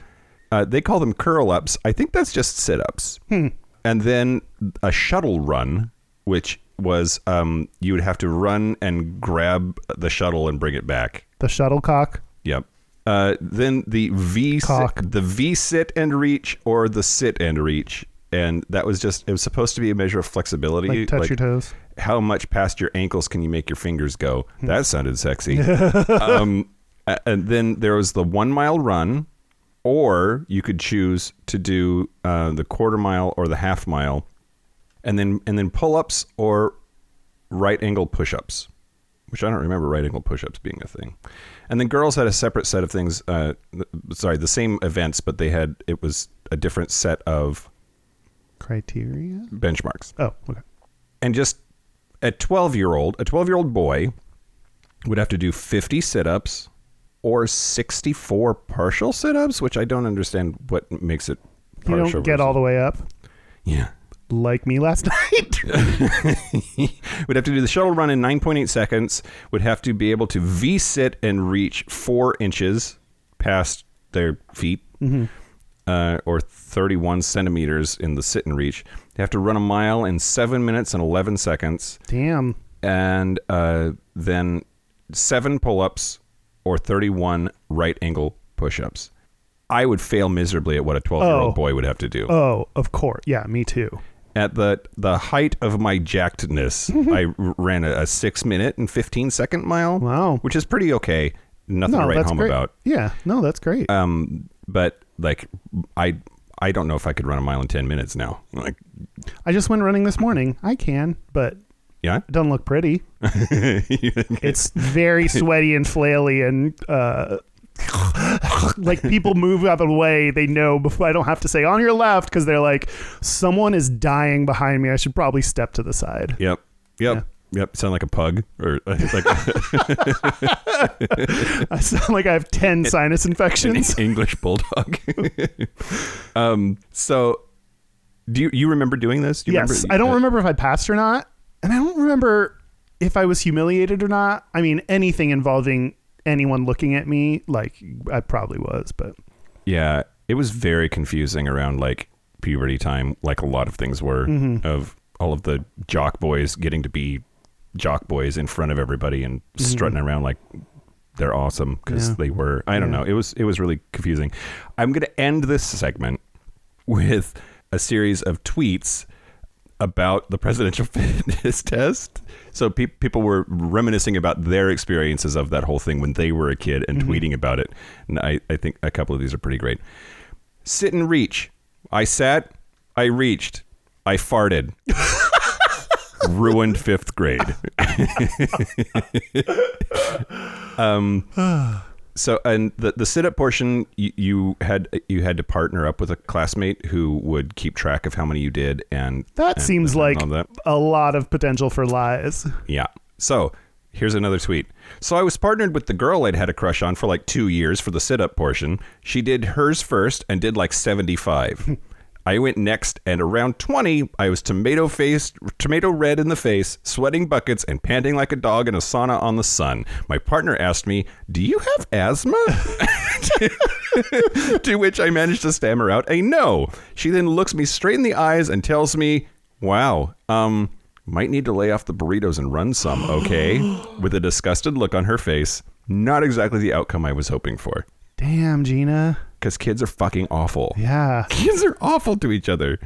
Speaker 2: uh, they call them curl ups. I think that's just sit ups.
Speaker 3: Hmm.
Speaker 2: And then a shuttle run, which was um, you would have to run and grab the shuttle and bring it back.
Speaker 3: The shuttlecock.
Speaker 2: Yep. Uh, then the V
Speaker 3: Cock.
Speaker 2: sit, the V sit and reach or the sit and reach, and that was just it was supposed to be a measure of flexibility,
Speaker 3: Like touch your toes.
Speaker 2: How much past your ankles can you make your fingers go? That sounded sexy. um, a- and then there was the one mile run, or you could choose to do uh, the quarter mile or the half mile, and then and then pull ups or right angle push ups, which I don't remember right angle push ups being a thing. And then girls had a separate set of things. Uh, th- sorry, the same events, but they had it was a different set of
Speaker 3: Criteria?
Speaker 2: benchmarks
Speaker 3: Oh, okay.
Speaker 2: and just a 12 year old, a 12 year old boy would have to do 50 sit ups or 64 partial sit ups, which I don't understand what makes it
Speaker 3: You
Speaker 2: partial.
Speaker 3: don't get all the way up
Speaker 2: Yeah.
Speaker 3: like me last night.
Speaker 2: would have to do the shuttle run in 9.8 seconds, would have to be able to V sit and reach four inches past their feet.
Speaker 3: Mm-hmm.
Speaker 2: Uh, or 31 centimeters in the sit and reach. They have to run a mile in seven minutes and 11 seconds.
Speaker 3: Damn.
Speaker 2: and uh, then seven pull-ups or 31 right angle push-ups i would fail miserably at what a 12-year-old
Speaker 3: Oh.
Speaker 2: boy would have to do
Speaker 3: Oh, of course. Yeah, me too.
Speaker 2: at the the height of my jackedness i r- ran a, a six minute and 15 second mile
Speaker 3: Wow.
Speaker 2: which is pretty okay nothing
Speaker 3: No,
Speaker 2: to write
Speaker 3: that's
Speaker 2: home
Speaker 3: great.
Speaker 2: about
Speaker 3: Yeah, no, that's great.
Speaker 2: um but like i i don't know if i could run a mile in 10 minutes now like
Speaker 3: I just went running this morning. I can, but it
Speaker 2: yeah
Speaker 3: doesn't look pretty. it's very sweaty and flaily and uh like people move out of the way they know before i don't have to say on your left because they're like someone is dying behind me i should probably step to the side
Speaker 2: yep yep yep sound like a pug or like
Speaker 3: i sound like i have 10 sinus
Speaker 2: an
Speaker 3: infections
Speaker 2: English bulldog. um, so, do you, you remember doing this? Do you
Speaker 3: yes
Speaker 2: remember, uh,
Speaker 3: i don't remember if i passed or not and i don't remember if i was humiliated or not i mean anything involving anyone looking at me like i probably was but
Speaker 2: Yeah, it was very confusing around like puberty time, like a lot of things were
Speaker 3: Mm-hmm.
Speaker 2: of all of the jock boys getting to be jock boys in front of everybody and strutting around like they're awesome because
Speaker 3: Mm-hmm. Yeah.
Speaker 2: they were. I don't
Speaker 3: Yeah.
Speaker 2: know. It was it was really confusing. I'm going to end this segment with a series of tweets about the presidential fitness test. So pe- people were reminiscing about their experiences of that whole thing when they were a kid and tweeting about it. And I, I think a couple of these are pretty great. Sit and reach. I sat, I reached, I farted. Ruined fifth grade. Um, so and the the sit up portion you, you had you had to partner up with a classmate who would keep track of how many you did and
Speaker 3: That
Speaker 2: and-
Speaker 3: seems
Speaker 2: and
Speaker 3: like
Speaker 2: all that.
Speaker 3: a lot of potential for lies.
Speaker 2: yeah so here's another tweet so i was partnered with the girl i'd had a crush on for like two years for the sit up portion she did hers first and did like 75 I went next, and around 20, I was tomato faced, tomato red in the face, sweating buckets, and panting like a dog in a sauna on the sun. My partner asked me, Do you have asthma? to which I managed to stammer out a no. She then looks me straight in the eyes and tells me, "Wow, um, might need to lay off the burritos and run some, okay?" With a disgusted look on her face. Not exactly the outcome I was hoping for,
Speaker 3: Damn, Gina.
Speaker 2: because kids are fucking awful.
Speaker 3: Yeah.
Speaker 2: Kids are awful to each other.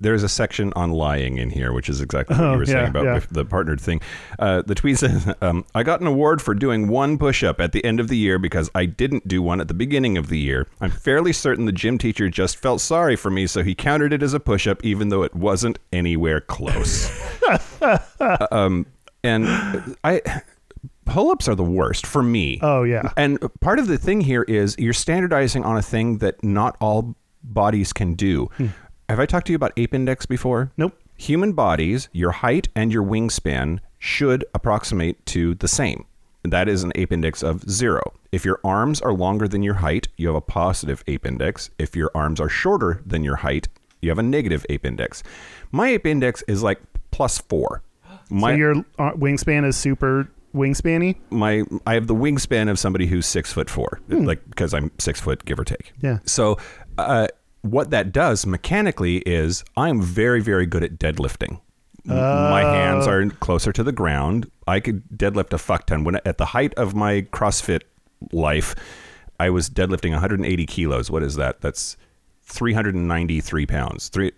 Speaker 2: there is a section on lying in here, which is exactly what
Speaker 3: Oh,
Speaker 2: you were saying
Speaker 3: yeah,
Speaker 2: about
Speaker 3: yeah.
Speaker 2: with the partnered thing. Uh, the tweet says, um, "I got an award for doing one push-up at the end of the year because I didn't do one at the beginning of the year. I'm fairly certain the gym teacher just felt sorry for me, so he counted it as a push-up, even though it wasn't anywhere close." Uh, um, and I. Pull-ups are the worst for me.
Speaker 3: Oh, yeah.
Speaker 2: And part of the thing here is you're standardizing on a thing that not all bodies can do. Have I talked to you about ape index before?
Speaker 3: Hmm. Nope.
Speaker 2: Human bodies, your height and your wingspan should approximate to the same. That is an ape index of zero. If your arms are longer than your height, you have a positive ape index. If your arms are shorter than your height, you have a negative ape index. My ape index is like plus four. My,
Speaker 3: so your uh, wingspan is super wingspanny.
Speaker 2: my I have the wingspan of somebody who's six foot four, like because I'm six foot, give or take.
Speaker 3: Yeah.
Speaker 2: So, uh, what that does mechanically is I'm very, very good at deadlifting. M- my
Speaker 3: Oh.
Speaker 2: hands are closer to the ground. I could deadlift a fuck ton. When at the height of my CrossFit life, I was deadlifting 180 kilos. What is that? That's 393 pounds. Three.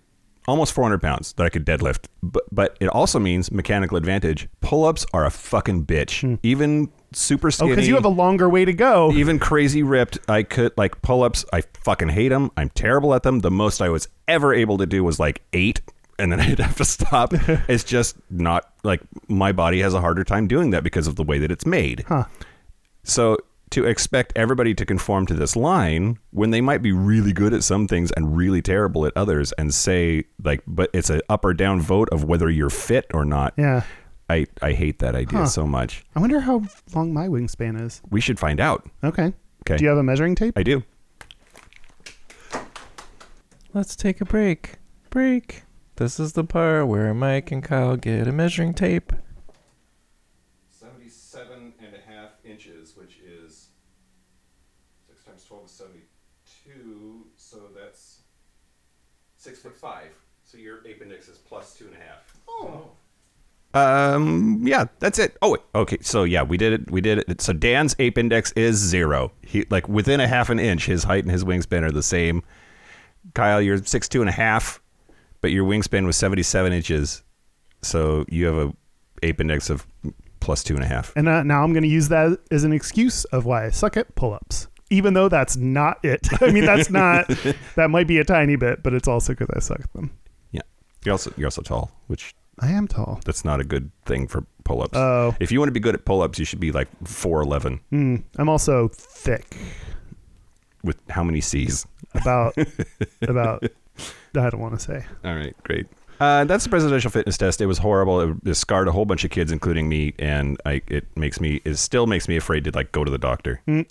Speaker 2: Almost 400 pounds that I could deadlift, but but it also means mechanical advantage. Pull-ups are a fucking bitch. Even super
Speaker 3: Hmm. Oh,
Speaker 2: skinny
Speaker 3: because you have a longer way to go.
Speaker 2: even crazy ripped i could like pull-ups i fucking hate them i'm terrible at them the most i was ever able to do was like eight and then i'd have to stop it's just not like my body has a harder time doing that because of the way that it's made so to expect everybody to conform to this line when they might be really good at some things and really terrible at others and say like but it's an up or down vote of whether you're fit or not
Speaker 3: Yeah.
Speaker 2: i i hate that idea
Speaker 3: Huh.
Speaker 2: so much
Speaker 3: I wonder how long my wingspan is.
Speaker 2: we should find out
Speaker 3: Okay.
Speaker 2: Okay.
Speaker 3: Do you have a measuring tape?
Speaker 2: i do
Speaker 4: Let's take a break. Break. This is the part where Mike and Kyle get a measuring tape.
Speaker 2: 77 and a half inches, which is 6 times 12 is 72, so that's 6 foot 5. So your ape index is plus 2.5. Oh. Um. Yeah, that's it. Oh wait. Okay. So yeah, we did it. We did it. So Dan's ape index is zero. He like within a half an inch. His height and his wingspan are the same. Kyle, you're six two and a half, but your wingspan was seventy seven inches. So you have a ape index of plus two and a half.
Speaker 3: And uh, now I'm going to use that as an excuse of why I suck at pull ups, even though that's not it. I mean, that's not, that might be a tiny bit, but it's also because I suck at them.
Speaker 2: Yeah. You're also you're also tall, which
Speaker 3: I am tall.
Speaker 2: that's not a good thing for pull ups.
Speaker 3: Oh.
Speaker 2: If you want to be good at pull ups, you should be like four eleven
Speaker 3: Mm, I'm also thick,
Speaker 2: with how many C's?
Speaker 3: about, about, I don't want to say.
Speaker 2: All right, great. Uh, that's the presidential fitness test. It was horrible. It, it scarred a whole bunch of kids, including me, and I, it makes me it still makes me afraid to like go to the doctor
Speaker 3: Mm.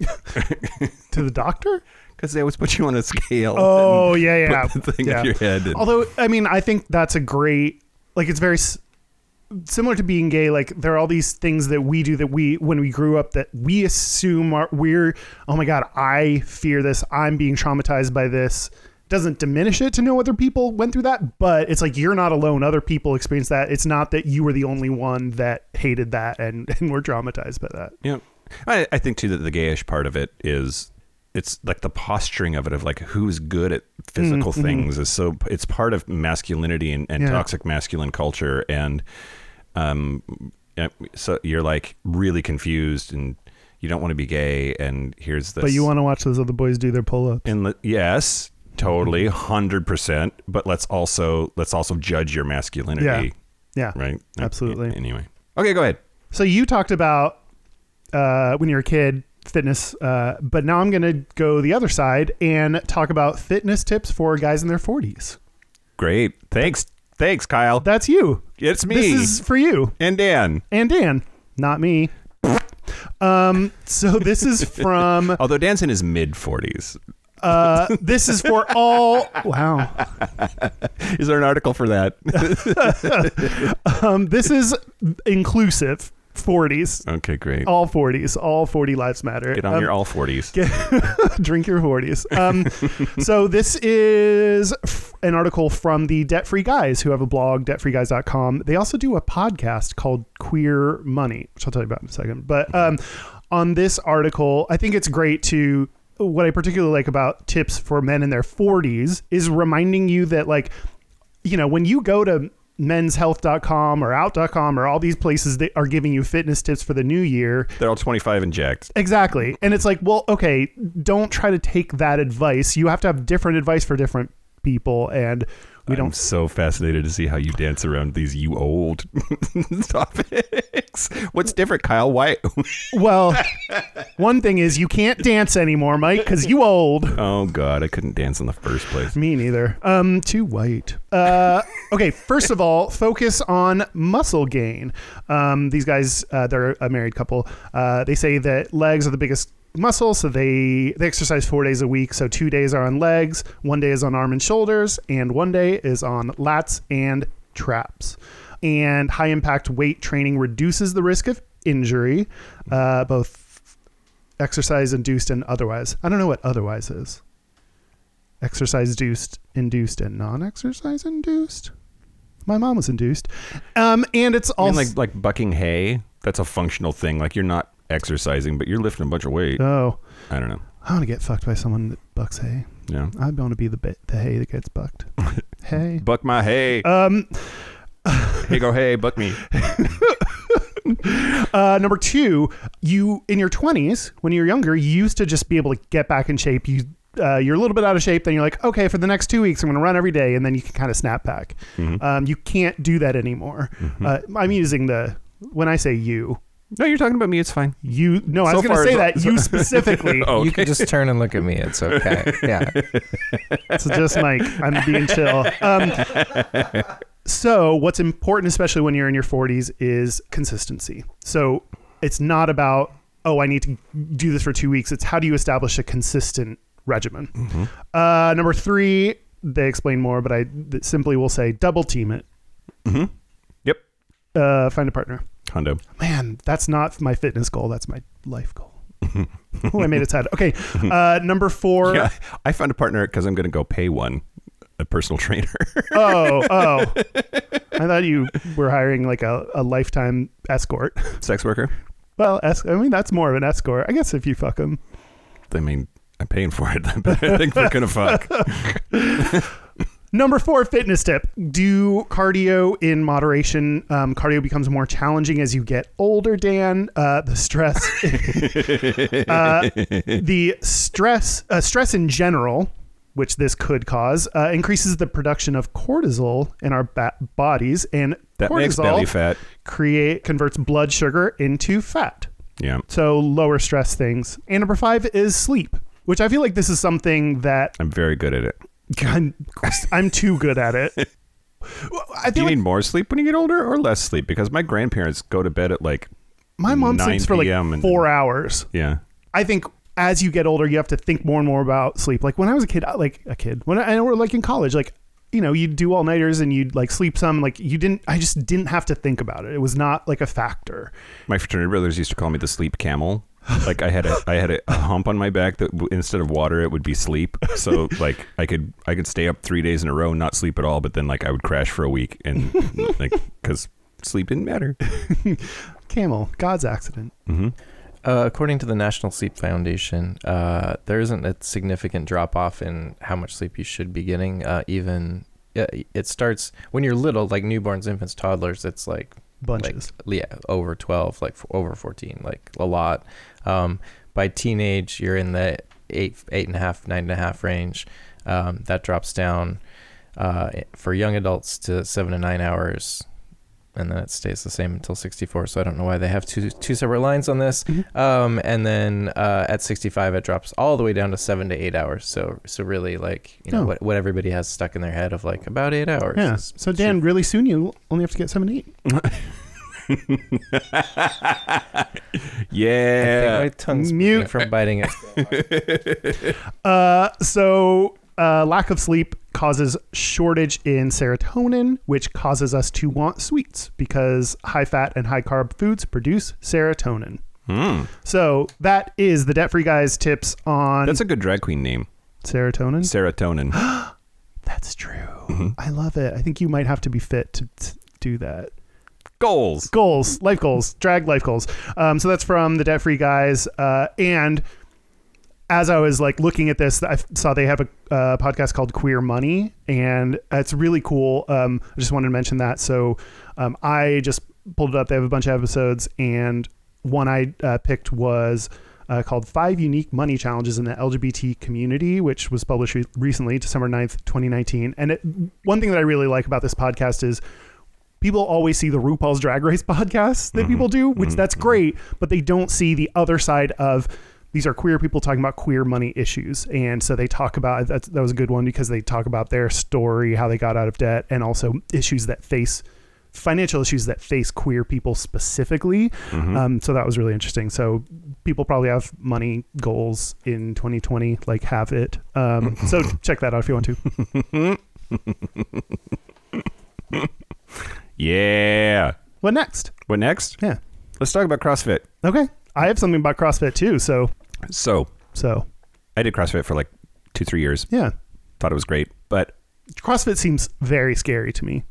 Speaker 3: To the doctor?
Speaker 2: because they always put you on a scale.
Speaker 3: Oh, yeah,
Speaker 2: and
Speaker 3: yeah.
Speaker 2: put the thing
Speaker 3: yeah.
Speaker 2: up your head. and-
Speaker 3: Although, I mean, I think that's a great, like, it's very s- similar to being gay. Like, there are all these things that we do that we, when we grew up, that we assume are, we're, oh my God, I fear this. I'm being traumatized by this. Doesn't diminish it to know other people went through that, but it's like you're not alone. Other people experienced that. It's not that you were the only one that hated that and, and were traumatized by that.
Speaker 2: Yeah, I, I think too that the gayish part of it is it's like the posturing of it of like who's good at physical things is so it's part of masculinity and, and
Speaker 3: Mm-hmm. Yeah.
Speaker 2: toxic masculine culture and um yeah, so you're like really confused and you don't want to be gay and here's this
Speaker 3: But you want to watch those other boys do their pull ups.
Speaker 2: and le- yes totally
Speaker 3: Mm-hmm.
Speaker 2: 100% but let's also let's also judge your masculinity
Speaker 3: Yeah. Yeah.
Speaker 2: right
Speaker 3: Absolutely.
Speaker 2: anyway okay go ahead
Speaker 3: So you talked about uh, when you were a kid fitness, uh, but now I'm going to go the other side and talk about fitness tips for guys in their 40s.
Speaker 2: great thanks thanks kyle
Speaker 3: That's you.
Speaker 2: it's me
Speaker 3: This is for you
Speaker 2: and dan
Speaker 3: and Dan, not me. Um, so this is from
Speaker 2: Although Dan's in his mid 40s.
Speaker 3: uh, this is for all. Wow.
Speaker 2: Is there an article for that?
Speaker 3: Um, this is inclusive 40s,
Speaker 2: okay, great.
Speaker 3: all 40s, all 40 lives matter.
Speaker 2: Oh, Get on
Speaker 3: Um,
Speaker 2: your all 40s.
Speaker 3: drink your 40s. Um, so this is f- an article from the Debt Free Guys, who have a blog, debtfreeguys.com. They also do a podcast called Queer Money, which I'll tell you about in a second. But um, on this article, I think it's great to. What I particularly like about tips for men in their 40s is reminding you that, like, you know, when you go to menshealth.com or out.com or all these places that are giving you fitness tips for the new year,
Speaker 2: They're all 25 and jacked.
Speaker 3: Exactly. And it's like, well, okay, don't try to take that advice. You have to have different advice for different people and we
Speaker 2: I'm
Speaker 3: don't
Speaker 2: so fascinated to see how you dance around these you old topics. What's different, Kyle? Why?
Speaker 3: well one thing is you can't dance anymore, Mike, cuz you old.
Speaker 2: oh God, I couldn't dance in the first place.
Speaker 3: Me neither. Um too white. Uh okay, first of all, focus on muscle gain. Um these guys uh, they're a married couple. Uh they say that legs are the biggest muscle so they they exercise 4 days a week so 2 days are on legs, 1 day is on arm and shoulders and 1 day is on lats and traps. And high impact weight training reduces the risk of injury, uh, both exercise induced and otherwise. I don't know what otherwise is. Exercise induced, induced, and non exercise induced. My mom was induced. Um, and it's
Speaker 2: I mean,
Speaker 3: also.
Speaker 2: like like bucking hay. That's a functional thing. Like you're not exercising, but you're lifting a bunch of weight.
Speaker 3: oh,
Speaker 2: I don't know.
Speaker 3: I want to get fucked by someone that bucks hay.
Speaker 2: Yeah,
Speaker 3: I want to be the, ba- the hay that gets bucked. hey.
Speaker 2: buck my hay.
Speaker 3: Um,
Speaker 2: hey go hey, buck me.
Speaker 3: Uh, number two, you in your twenties when you were younger, you used to just be able to get back in shape. You uh, you're a little bit out of shape, then you're like, okay, for the next two weeks, I'm going to run every day, and then you can kind of snap back.
Speaker 2: Mm-hmm.
Speaker 3: Um, you can't do that anymore. Uh, I'm using the when I say you,
Speaker 2: No, you're talking about me. It's fine.
Speaker 3: you. No, I
Speaker 2: So
Speaker 3: was going to
Speaker 2: far,
Speaker 3: say
Speaker 2: so-
Speaker 3: that you specifically.
Speaker 2: Oh,
Speaker 4: You can just turn and look at me. It's okay. Yeah.
Speaker 3: So just Mike, I'm being chill. Um, so what's important, especially when you're in your 40s, is consistency. So it's not about oh, I need to do this for two weeks. It's how do you establish a consistent regimen.
Speaker 2: Mm-hmm.
Speaker 3: Uh, number three, they explain more, but I th- simply will say double team it.
Speaker 2: Yep.
Speaker 3: Uh, find a partner.
Speaker 2: Hondo.
Speaker 3: Man, that's not my fitness goal. That's my life goal. oh, I made it sad. Okay, uh, number four.
Speaker 2: Yeah, I found a partner because I'm going to go pay one, a personal trainer.
Speaker 3: Oh, oh. I thought you were hiring like a, a lifetime escort.
Speaker 2: Sex worker.
Speaker 3: Well, es- I mean, that's more of an escort. I guess if you fuck them.
Speaker 2: I mean, I'm paying for it. but I think we're going to fuck.
Speaker 3: Number four fitness tip do cardio in moderation. Um, cardio becomes more challenging as you get older, Dan. Uh, the stress, uh, the stress, uh, stress in general, which this could cause, uh, increases the production of cortisol in our ba- bodies. And
Speaker 2: That
Speaker 3: cortisol
Speaker 2: makes belly fat.
Speaker 3: create converts blood sugar into fat.
Speaker 2: Yeah.
Speaker 3: So lower stress things. And number five is sleep, which I feel like this is something that
Speaker 2: I'm very good at it.
Speaker 3: I'm, I'm too good at it. Well, I
Speaker 2: Do you
Speaker 3: feel like
Speaker 2: need more sleep when you get older or less sleep? Because my grandparents go to bed at like,
Speaker 3: my mom
Speaker 2: 9
Speaker 3: sleeps for like
Speaker 2: PM and-
Speaker 3: four hours.
Speaker 2: yeah.
Speaker 3: I think as you get older, you have to think more and more about sleep. Like when I was a kid, I- like a kid, when I, I were like in college, like you know, you'd do all nighters and you'd like sleep some. Like you didn't, I just didn't have to think about it. It was not like a factor.
Speaker 2: My fraternity brothers used to call me the sleep camel. Like I had a I had a, a hump on my back that w- instead of water it would be sleep. So like I could I could stay up three days in a row and not sleep at all, but then like I would crash for a week and like because sleep didn't matter. Mm-hmm.
Speaker 3: Camel, God's accident.
Speaker 4: Uh, according to the National Sleep Foundation, uh, there isn't a significant drop off in how much sleep you should be getting. Uh, even yeah, it starts when you're little, like newborns, infants, toddlers. It's like
Speaker 3: Bunches.
Speaker 4: like, yeah, over twelve, like f- over fourteen, like a lot. Um, by teenage, you're in the eight, eight and a half, nine and a half range. Um, that drops down uh, for young adults to seven to nine hours and then it stays the same until 64. So I don't know why they have two two separate lines on this.
Speaker 3: Mm-hmm.
Speaker 4: Um, and then uh, at 65, it drops all the way down to seven to eight hours. So so really, like you know,
Speaker 3: Oh.
Speaker 4: what what everybody has stuck in their head of like about eight hours.
Speaker 3: Yeah.
Speaker 4: is-
Speaker 3: So Dan, really soon you only have to get seven to eight.
Speaker 4: I think
Speaker 2: Yeah.
Speaker 4: my tongue's
Speaker 3: Mute.
Speaker 4: mute from biting it.
Speaker 3: Uh, so uh, lack of sleep causes shortage in serotonin, which causes us to want sweets because high fat and high carb foods produce serotonin.
Speaker 2: Hmm.
Speaker 3: So that is the debt free guys tips on
Speaker 2: That's a good drag queen name.
Speaker 3: serotonin.
Speaker 2: Serotonin.
Speaker 3: That's true. I love it. I think you might have to be fit to, to do that.
Speaker 2: Goals.
Speaker 3: goals, life goals, drag life goals. Um, so that's from the debt free guys. Uh, and as I was like looking at this, I saw they have a uh, podcast called Queer Money, and it's really cool. Um, I just wanted to mention that. So um, I just pulled it up. They have a bunch of episodes, and one I uh, picked was uh, called Five Unique Money Challenges in the LGBT Community, which was published re- recently, December 9th, 2019. And it, one thing that I really like about this podcast is people always see the RuPaul's Drag Race podcast that people do, which that's great, but they don't see the other side of these are queer people talking about queer money issues. And so they talk about that's, that was a good one because they talk about their story, how they got out of debt, and also issues that face financial issues that face queer people specifically. Um, so that was really interesting. So people probably have money goals in 2020, like have it. Um, so check that out if you want to.
Speaker 2: Yeah.
Speaker 3: What next?
Speaker 2: What next?
Speaker 3: Yeah.
Speaker 2: Let's talk about CrossFit.
Speaker 3: Okay. I have something about CrossFit too. So,
Speaker 2: So
Speaker 3: so
Speaker 2: I did CrossFit for like two, three years.
Speaker 3: yeah.
Speaker 2: Thought it was great. But
Speaker 3: CrossFit seems very scary to me.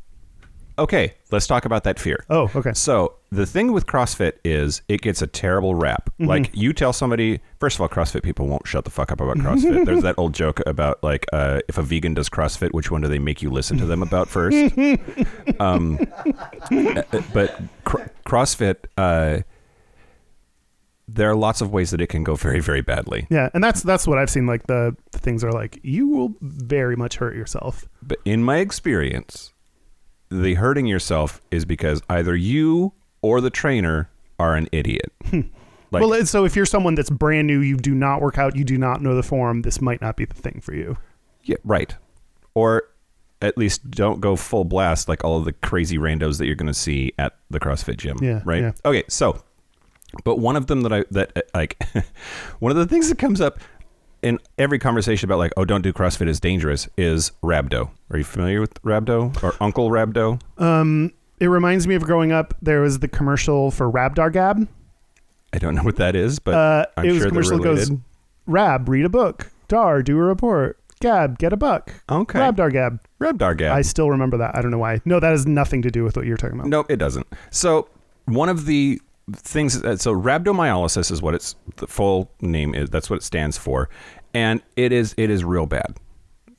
Speaker 2: okay, let's talk about that fear.
Speaker 3: Oh, okay.
Speaker 2: So the thing with CrossFit is it gets a terrible rap. Like you tell somebody, first of all, CrossFit people won't shut the fuck up about CrossFit. There's that old joke about like uh, if a vegan does CrossFit, which one do they make you listen to them about first? um, uh, uh, but cr- CrossFit, uh, there are lots of ways that it can go very, very badly.
Speaker 3: Yeah, and that's that's what I've seen. Like the, the things are like you will very much hurt yourself.
Speaker 2: But in my experience, the hurting yourself is because either you or the trainer are an idiot. Like-
Speaker 3: well, and so if you're someone that's brand new, you do not work out, you do not know the form, this might not be the thing for you.
Speaker 2: Yeah, right. Or at least don't go full blast like all of the crazy randos that you're going to see at the CrossFit gym.
Speaker 3: Yeah,
Speaker 2: Right.
Speaker 3: yeah.
Speaker 2: Okay. So, but one of them that I that uh, like, one of the things that comes up in every conversation about like, oh, don't do CrossFit is dangerous is Rabdo. Are you familiar with Rabdo or Uncle Rabdo?
Speaker 3: Um, It reminds me of growing up. There was the commercial for Rabdar Gab.
Speaker 2: I don't know what that is, but
Speaker 3: Uh,
Speaker 2: I'm
Speaker 3: it was
Speaker 2: sure
Speaker 3: a
Speaker 2: they're
Speaker 3: commercial that
Speaker 2: related.
Speaker 3: goes, Rab, read a book. Dar, do a report. Gab, get a buck.
Speaker 2: Okay.
Speaker 3: Rabdar Gab.
Speaker 2: Rabdar guy.
Speaker 3: I still remember that. I don't know why. No, that has nothing to do with what you're talking about.
Speaker 2: No, it doesn't. So one of the things, uh, so rhabdomyolysis is what its the full name is. That's what it stands for, and it is it is real bad.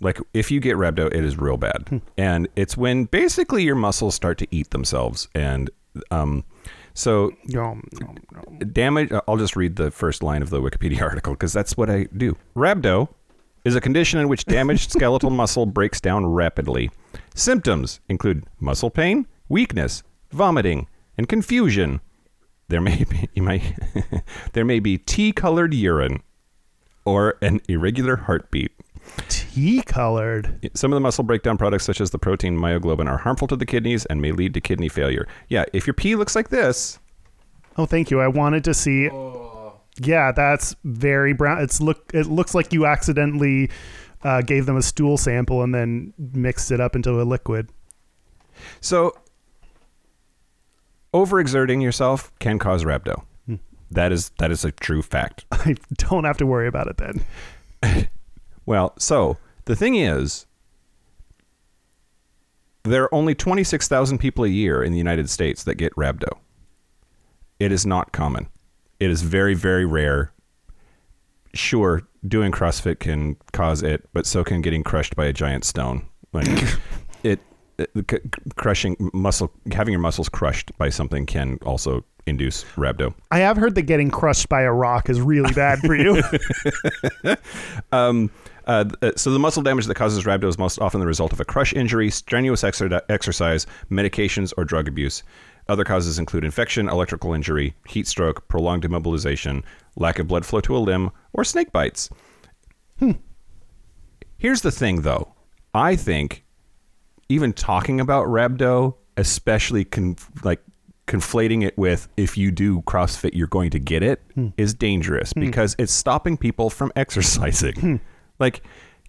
Speaker 2: Like if you get rhabdo, it is real bad,
Speaker 3: Hmm.
Speaker 2: and it's when basically your muscles start to eat themselves, and um, so
Speaker 3: No, no, no.
Speaker 2: damage i'll just read the first line of the wikipedia article because that's what i do rhabdo is a condition in which damaged skeletal muscle breaks down rapidly symptoms include muscle pain weakness vomiting and confusion there may be you might, there may be tea colored urine or an irregular heartbeat
Speaker 3: Tea colored.
Speaker 2: some of the muscle breakdown products, such as the protein myoglobin, are harmful to the kidneys and may lead to kidney failure. Yeah, if your pee looks like this,
Speaker 3: Oh, thank you. I wanted to see. Yeah, that's very brown. It's look. It looks like you accidentally uh, gave them a stool sample and then mixed it up into a liquid.
Speaker 2: So, overexerting yourself can cause rhabdo. That is that is a true fact.
Speaker 3: I don't have to worry about it then.
Speaker 2: Well, so the thing is, there are only twenty six thousand people a year in the United States that get rhabdo. It is not common. It is very very rare. Sure, doing CrossFit can cause it, but so can getting crushed by a giant stone. Like it, it c- crushing muscle, having your muscles crushed by something can also induce rhabdo.
Speaker 3: I have heard that getting crushed by a rock is really bad for you.
Speaker 2: Uh, th- so the muscle damage that causes rhabdo is most often the result of a crush injury, strenuous exer- exercise, medications, or drug abuse. Other causes include infection, electrical injury, heat stroke, prolonged immobilization, lack of blood flow to a limb, or snake bites. Hmm. Here's the thing, though. I think even talking about rhabdo, especially con- like conflating it with if you do CrossFit, you're going to get it, is dangerous because it's stopping people from exercising. Like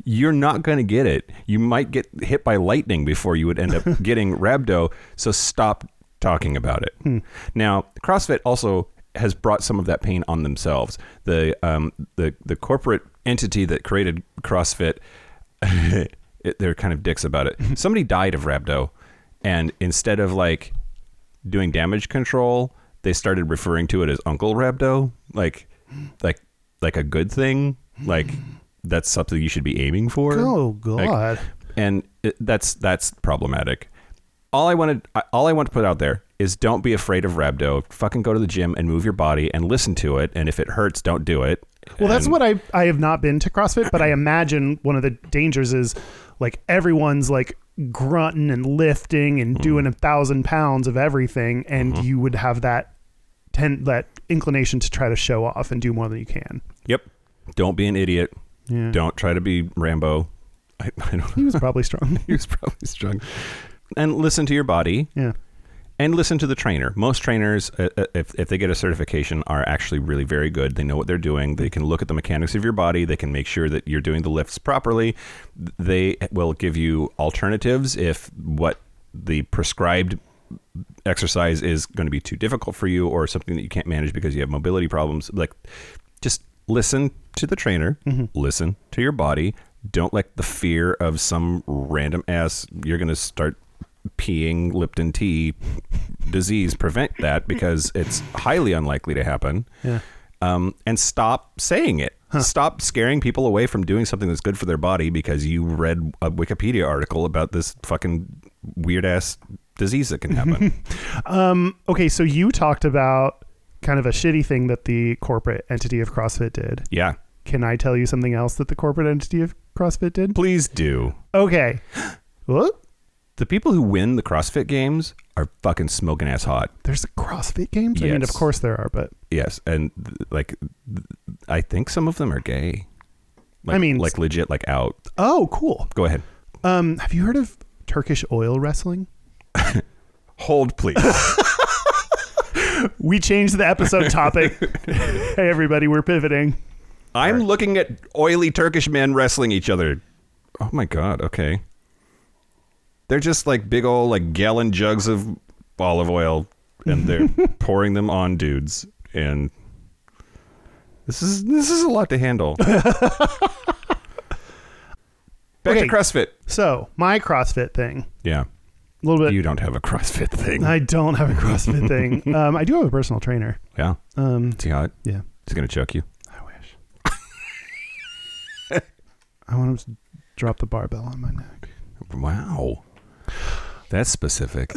Speaker 2: you're not going to get it. You might get hit by lightning before you would end up getting rhabdo. So stop talking about it.
Speaker 3: Hmm.
Speaker 2: Now, CrossFit also has brought some of that pain on themselves. The um, the the corporate entity that created CrossFit it, they're kind of dicks about it. Somebody died of rhabdo, and instead of like doing damage control, they started referring to it as Uncle Rabdo, like like like a good thing. Like that's something you should be aiming for.
Speaker 3: Oh
Speaker 2: Like,
Speaker 3: God.
Speaker 2: and it, that's that's problematic. All I wanted, I- all I want to put out there is don't be afraid of rhabdo. Fucking go to the gym and move your body and listen to it. And if it hurts, don't do it.
Speaker 3: Well, that's
Speaker 2: And-
Speaker 3: what I I have not been to CrossFit, but I imagine one of the dangers is like everyone's like grunting and lifting and
Speaker 2: Mm.
Speaker 3: doing a thousand pounds of everything, and
Speaker 2: Mm-hmm.
Speaker 3: you would have that ten that inclination to try to show off and do more than you can.
Speaker 2: Yep. Don't be an idiot.
Speaker 3: Yeah.
Speaker 2: Don't try to be Rambo. I, I don't.
Speaker 3: He was probably strong.
Speaker 2: He was probably strong. And listen to your body.
Speaker 3: yeah.
Speaker 2: and listen to the trainer. Most trainers, uh, uh, if, if they get a certification, are actually really very good. They know what they're doing. They can look at the mechanics of your body. They can make sure that you're doing the lifts properly. They will give you alternatives if what the prescribed exercise is going to be too difficult for you or something that you can't manage because you have mobility problems. Like, just listen to the trainer, listen to your body. Don't let the fear of some random ass, you're going to start peeing Lipton tea disease prevent that because it's highly unlikely to happen.
Speaker 3: Yeah.
Speaker 2: Um, and stop saying it. Stop scaring people away from doing something that's good for their body because you read a Wikipedia article about this fucking weird ass disease that can happen.
Speaker 3: Okay, so you talked about kind of a shitty thing that the corporate entity of CrossFit did.
Speaker 2: yeah.
Speaker 3: Can I tell you something else that the corporate entity of CrossFit did?
Speaker 2: Please do.
Speaker 3: Okay. What?
Speaker 2: The people who win the CrossFit games are fucking smoking ass hot.
Speaker 3: There's a CrossFit games? I mean, of
Speaker 2: Yes.
Speaker 3: course there are, but
Speaker 2: Yes, and th- like th- I think some of them are gay. Like,
Speaker 3: I mean-
Speaker 2: like legit, like out.
Speaker 3: Oh, cool.
Speaker 2: Go ahead.
Speaker 3: Um, have you heard of Turkish oil wrestling?
Speaker 2: Hold, please.
Speaker 3: We changed the episode topic. hey everybody, we're pivoting.
Speaker 2: I'm looking at oily Turkish men wrestling each other. Oh my god, okay. They're just like big old like gallon jugs of olive oil and they're pouring them on dudes and this is this is a lot to handle. Back
Speaker 3: Okay.
Speaker 2: to CrossFit.
Speaker 3: So, my CrossFit thing.
Speaker 2: Yeah.
Speaker 3: A little bit
Speaker 2: You don't have a CrossFit thing.
Speaker 3: I don't have a CrossFit thing. Um, I do have a personal trainer.
Speaker 2: yeah.
Speaker 3: Um,
Speaker 2: See how it,
Speaker 3: yeah.
Speaker 2: it's gonna choke you.
Speaker 3: I wish. I want him to drop the barbell on my neck.
Speaker 2: Wow. That's specific.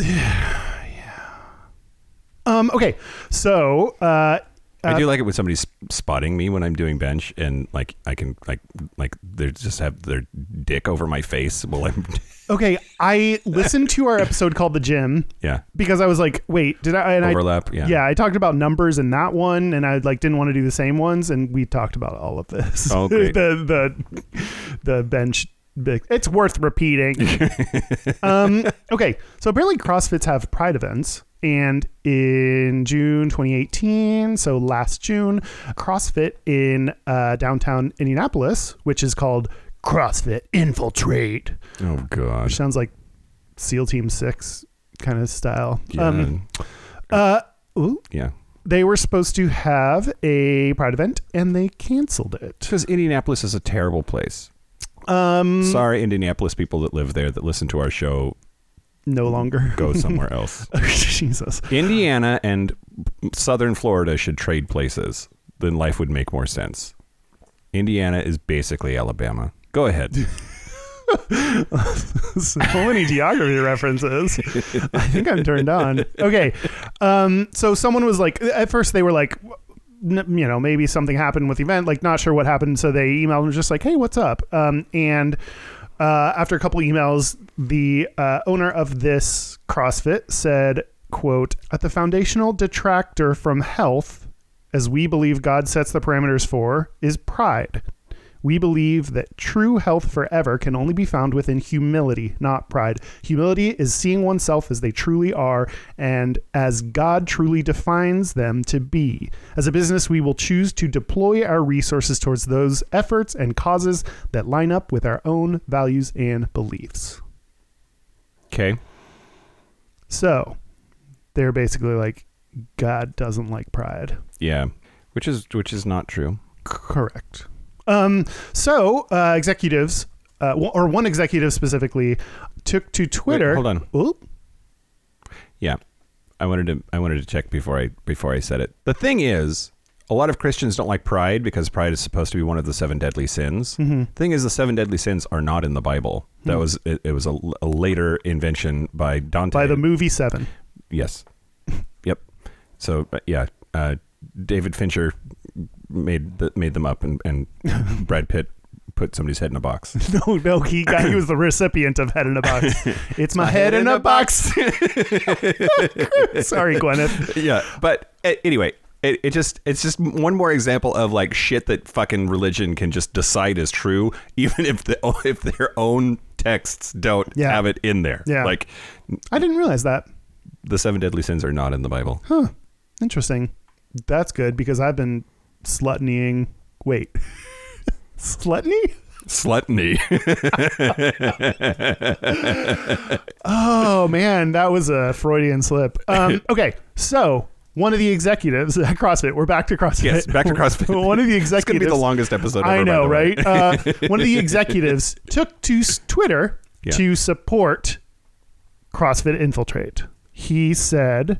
Speaker 3: Um, okay. So, uh,
Speaker 2: I do like it when somebody's spotting me when I'm doing bench, and like I can like like they just have their dick over my face while I'm
Speaker 3: okay, I listened to our episode called The Gym
Speaker 2: yeah
Speaker 3: because I was like, wait, did I and I
Speaker 2: overlap yeah
Speaker 3: yeah i talked about numbers in that one and i like didn't want to do the same ones and we talked about all of this
Speaker 2: Oh, great.
Speaker 3: the the the bench big- it's worth repeating um okay so apparently crossfits have pride events and in June 2018, so last June, CrossFit in uh, downtown Indianapolis, which is called CrossFit Infiltrate,
Speaker 2: oh
Speaker 3: which
Speaker 2: gosh
Speaker 3: sounds like SEAL Team Six kind of style.
Speaker 2: yeah
Speaker 3: Um, uh, ooh,
Speaker 2: yeah
Speaker 3: they were supposed to have a pride event and they canceled it.
Speaker 2: because Indianapolis is a terrible place.
Speaker 3: Um,
Speaker 2: Sorry, Indianapolis people that live there that listen to our show
Speaker 3: no longer.
Speaker 2: go somewhere else.
Speaker 3: Jesus.
Speaker 2: Indiana and Southern Florida should trade places. Then life would make more sense. Indiana is basically Alabama. Go ahead.
Speaker 3: So many geography references. I think I'm turned on. Okay. Um, so someone was like, at first they were like, n- you know, maybe something happened with the event, like not sure what happened. So they emailed and just like, hey, what's up? Um, and uh, after a couple emails, the uh, owner of this CrossFit said, quote, at the foundational detractor from health, as we believe God sets the parameters for, is pride. We believe that true health forever can only be found within humility, not pride. Humility is seeing oneself as they truly are and as God truly defines them to be. As a business, we will choose to deploy our resources towards those efforts and causes that line up with our own values and beliefs.
Speaker 2: Okay.
Speaker 3: So, they're basically like, God doesn't like pride.
Speaker 2: Yeah. Which is which is not true.
Speaker 3: Correct. Um, so uh, executives, uh, w- or one executive specifically, took to Twitter.
Speaker 2: hold on.
Speaker 3: Oop.
Speaker 2: Yeah. I wanted to I wanted to check before I before I said it. The thing is, a lot of Christians don't like pride because pride is supposed to be one of the seven deadly sins.
Speaker 3: Mm-hmm.
Speaker 2: Thing is, the seven deadly sins are not in the Bible. That was it, it was a, a later invention by Dante.
Speaker 3: by the movie Seven.
Speaker 2: Yes. Yep. So uh, yeah, uh, David Fincher made the, made them up, and, and Brad Pitt put somebody's head in a box.
Speaker 3: No, no, he got he was the recipient of head in a box. It's my, head, in a box. Sorry, Gwyneth.
Speaker 2: yeah, but a- anyway, it, it just it's just one more example of like shit that fucking religion can just decide is true, even if the if their own texts don't
Speaker 3: Yeah.
Speaker 2: have it in there.
Speaker 3: Yeah.
Speaker 2: like
Speaker 3: I didn't realize that.
Speaker 2: the seven deadly sins are not in the Bible.
Speaker 3: Huh. Interesting. That's good because I've been slutneying. Wait. Slutney?
Speaker 2: Slutney.
Speaker 3: Oh man, that was a Freudian slip. Um, okay, so one of the executives at CrossFit. We're back to CrossFit.
Speaker 2: Yes, back to CrossFit.
Speaker 3: one of the executives.
Speaker 2: That's going to be the longest episode. Ever,
Speaker 3: I
Speaker 2: by
Speaker 3: know,
Speaker 2: the way.
Speaker 3: right? Uh, one of the executives took to s- Twitter
Speaker 2: Yeah.
Speaker 3: to support CrossFit Infiltrate. He said,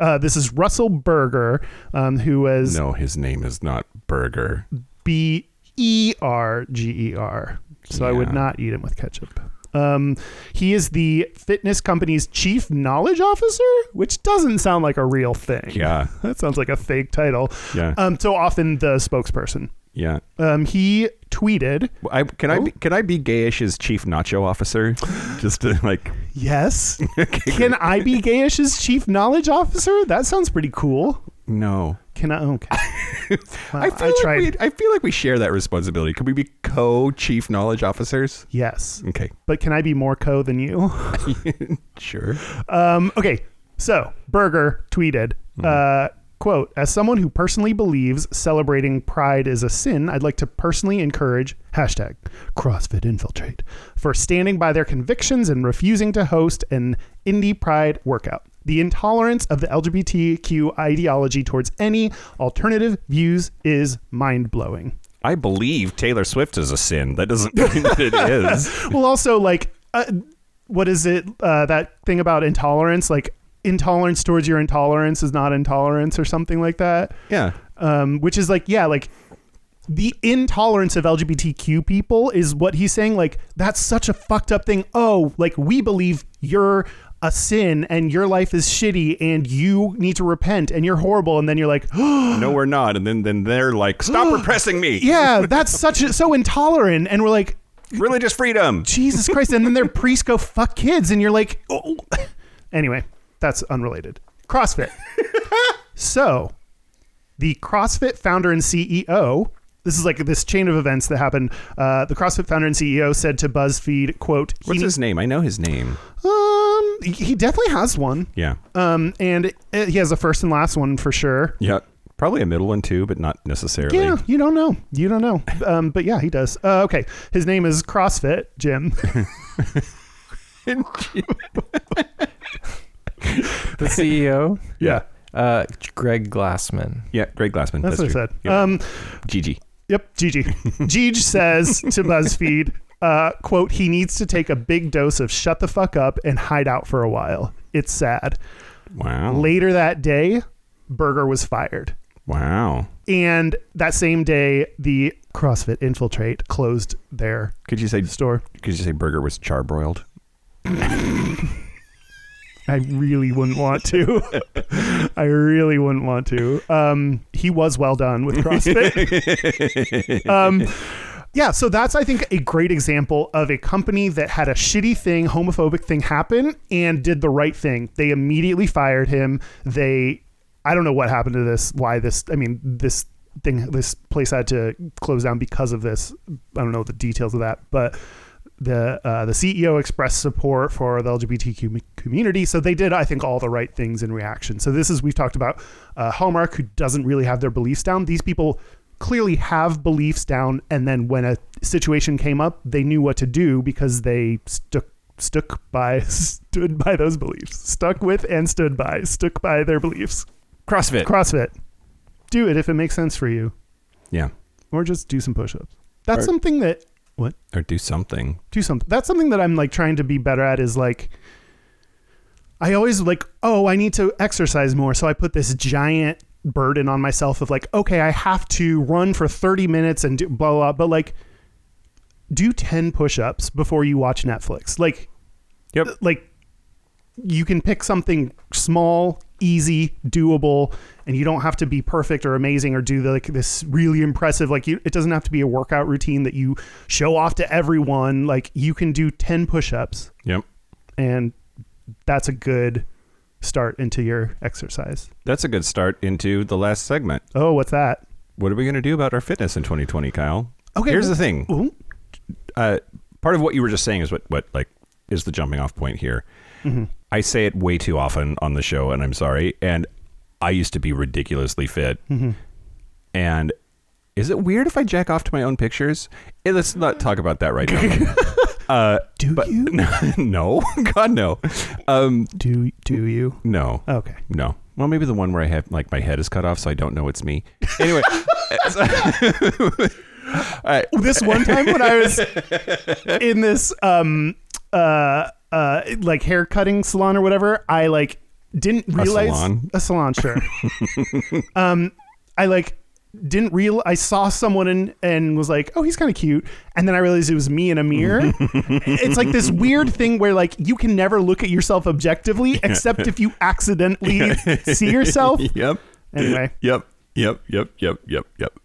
Speaker 3: uh, "This is Russell Berger, um, who was
Speaker 2: No, his name is not Burger.
Speaker 3: B E R G E R. So I would
Speaker 2: Yeah.
Speaker 3: not eat him with ketchup. Um, he is the fitness company's chief knowledge officer, which doesn't sound like a real thing.
Speaker 2: Yeah,
Speaker 3: That sounds like a fake title.
Speaker 2: Yeah.
Speaker 3: Um, so often the spokesperson.
Speaker 2: yeah.
Speaker 3: Um, he tweeted,
Speaker 2: I, can I be, can I be Gayish's chief nacho officer? Just to, like
Speaker 3: Yes. Can I be Gayish's chief knowledge officer? That sounds pretty cool.
Speaker 2: no.
Speaker 3: Can I? Okay. Well,
Speaker 2: I feel like we I feel like we share that responsibility. Could we be co-chief knowledge officers?
Speaker 3: yes.
Speaker 2: Okay,
Speaker 3: But can I be more co than you?
Speaker 2: sure.
Speaker 3: Um, okay, so Berger tweeted, uh, quote, as someone who personally believes celebrating pride is a sin, I'd like to personally encourage hashtag CrossFit Infiltrate for standing by their convictions and refusing to host an indie pride workout. The intolerance of the LGBTQ ideology towards any alternative views is mind blowing.
Speaker 2: I believe Taylor Swift is a sin. That doesn't mean that it is.
Speaker 3: well also like uh, what is it uh, that thing about intolerance like intolerance towards your intolerance is not intolerance or something like that
Speaker 2: Yeah,
Speaker 3: um, which is like yeah like the intolerance of lgbtq people is what he's saying like that's such a fucked up thing oh like we believe you're a sin and your life is shitty and you need to repent and you're horrible and then you're like
Speaker 2: no, we're not. And then then they're like, stop repressing me.
Speaker 3: yeah that's such a, so intolerant and we're like
Speaker 2: Religious freedom.
Speaker 3: Jesus Christ. And then their priests go fuck kids, and you're like, oh. anyway, that's unrelated. CrossFit. so, the CrossFit founder and CEO, this is like this chain of events that happened. Uh, the CrossFit founder and CEO said to BuzzFeed, quote, he
Speaker 2: What's
Speaker 3: ne-
Speaker 2: his name? I know his name.
Speaker 3: Um, he definitely has one.
Speaker 2: Yeah,
Speaker 3: Um, and uh he has a first and last one for sure.
Speaker 2: yeah. Probably a middle one too, but not necessarily.
Speaker 3: Yeah, you don't know. You don't know. Um, but yeah, he does. Uh, okay. His name is CrossFit Jim.
Speaker 4: The E CEO,
Speaker 2: yeah,
Speaker 4: uh, Greg Glassman.
Speaker 2: yeah. Greg Glassman.
Speaker 3: That's,
Speaker 2: That's,
Speaker 3: what
Speaker 2: true.
Speaker 3: I said.
Speaker 2: Yeah.
Speaker 3: Um,
Speaker 2: Gigi.
Speaker 3: Yep, Gigi. Gigi says to BuzzFeed, uh, quote, he needs to take a big dose of shut the fuck up and hide out for a while. It's sad.
Speaker 2: Wow.
Speaker 3: Later that day, Berger was fired.
Speaker 2: Wow.
Speaker 3: And that same day, the CrossFit Infiltrate closed their
Speaker 2: Could you say
Speaker 3: store.
Speaker 2: Could you say Burger was charbroiled?
Speaker 3: I really wouldn't want to. I really wouldn't want to. Um, he was well done with CrossFit. um, yeah, so that's I think a great example of a company that had a shitty thing, homophobic thing happen, and did the right thing. They immediately fired him. They, I don't know what happened to this. Why this? I mean, this thing, this place had to close down because of this. I don't know the details of that, but the uh, the CEO expressed support for the LGBTQ com- community, so they did, I think, all the right things in reaction. So this is we've talked about uh, Hallmark, who doesn't really have their beliefs down. These people clearly have beliefs down, and then when a situation came up, they knew what to do because they stuck stuck by stood by those beliefs, stuck with and stood by, stuck by their beliefs.
Speaker 2: CrossFit.
Speaker 3: CrossFit, do it if it makes sense for you,
Speaker 2: yeah.
Speaker 3: or just do some push-ups. That's
Speaker 2: Or-
Speaker 3: something that what
Speaker 2: Or do something.
Speaker 3: do something. That's something that I'm like trying to be better at is like I always like, oh, I need to exercise more, so I put this giant burden on myself of like, okay, I have to run for 30 minutes and do blah, blah, but like do 10 push ups before you watch Netflix. Like,
Speaker 2: Yep.
Speaker 3: like you can pick something small, easy, doable, and you don't have to be perfect or amazing or do the, like this really impressive like you it doesn't have to be a workout routine that you show off to everyone. Like you can do 10 push-ups
Speaker 2: Yep.
Speaker 3: and that's a good start into your exercise.
Speaker 2: That's a good start into the last segment.
Speaker 3: Oh, what's that?
Speaker 2: What are we going to do about our fitness in 2020, Kyle?
Speaker 3: Okay,
Speaker 2: Here's
Speaker 3: well-
Speaker 2: the thing.
Speaker 3: Ooh.
Speaker 2: uh, part of what you were just saying is what what like is the jumping off point here.
Speaker 3: Mm-hmm.
Speaker 2: I say it way too often on the show, and I'm sorry. And I used to be ridiculously fit.
Speaker 3: Mm-hmm.
Speaker 2: And is it weird if I jack off to my own pictures? Eh, let's not talk about that right now. uh,
Speaker 3: Do
Speaker 2: but
Speaker 3: you?
Speaker 2: no, God no, um,
Speaker 3: Do do you?
Speaker 2: no.
Speaker 3: Okay.
Speaker 2: No. Well, maybe the one where I have like my head is cut off, so I don't know it's me. Anyway, uh,
Speaker 3: this one time when I was in this um uh uh like hair cutting salon or whatever, I like didn't realize
Speaker 2: salon?
Speaker 3: a salon sure. um I like didn't real I saw someone and and was like, "Oh, he's kind of cute." And then I realized it was me in a mirror. it's like this weird thing where like you can never look at yourself objectively except if you accidentally see yourself.
Speaker 2: yep.
Speaker 3: Anyway,
Speaker 2: Yep. Yep. Yep. Yep. Yep. Yep.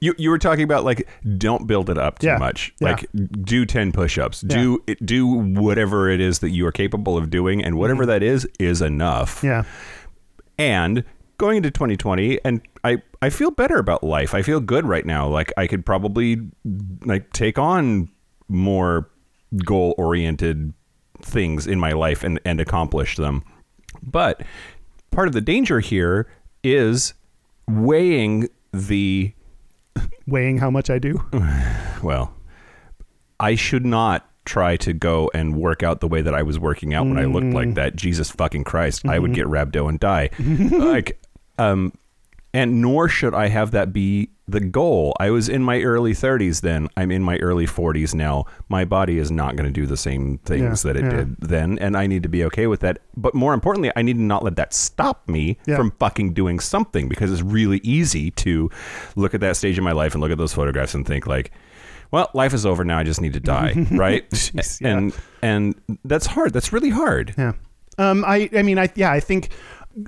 Speaker 2: You you were talking about like don't build it up too
Speaker 3: Yeah.
Speaker 2: much.
Speaker 3: Yeah.
Speaker 2: Like do ten push-ups. Do it, do whatever it is that you are capable of doing, and whatever that is is enough.
Speaker 3: yeah.
Speaker 2: And going into 2020, and I I feel better about life. I feel good right now. Like I could probably like take on more goal oriented things in my life and and accomplish them. But part of the danger here is weighing the
Speaker 3: Weighing how much I do.
Speaker 2: well, I should not try to go and work out the way that I was working out when I looked like
Speaker 3: Mm.
Speaker 2: that. Jesus fucking Christ, I
Speaker 3: Mm-hmm.
Speaker 2: would get rhabdo and die. like, um, and nor should I have that be the goal. I was in my early 30s then. I'm in my early 40s now. My body is not going to do the same things
Speaker 3: Yeah,
Speaker 2: that it
Speaker 3: yeah.
Speaker 2: did then, and I need to be okay with that. But more importantly, I need to not let that stop me
Speaker 3: Yeah.
Speaker 2: from fucking doing something because it's really easy to look at that stage in my life and look at those photographs and think like well life is over now i just need to die right
Speaker 3: Jeez, yeah.
Speaker 2: and and that's hard that's really hard
Speaker 3: Yeah. Um, I, I mean, I, yeah, I think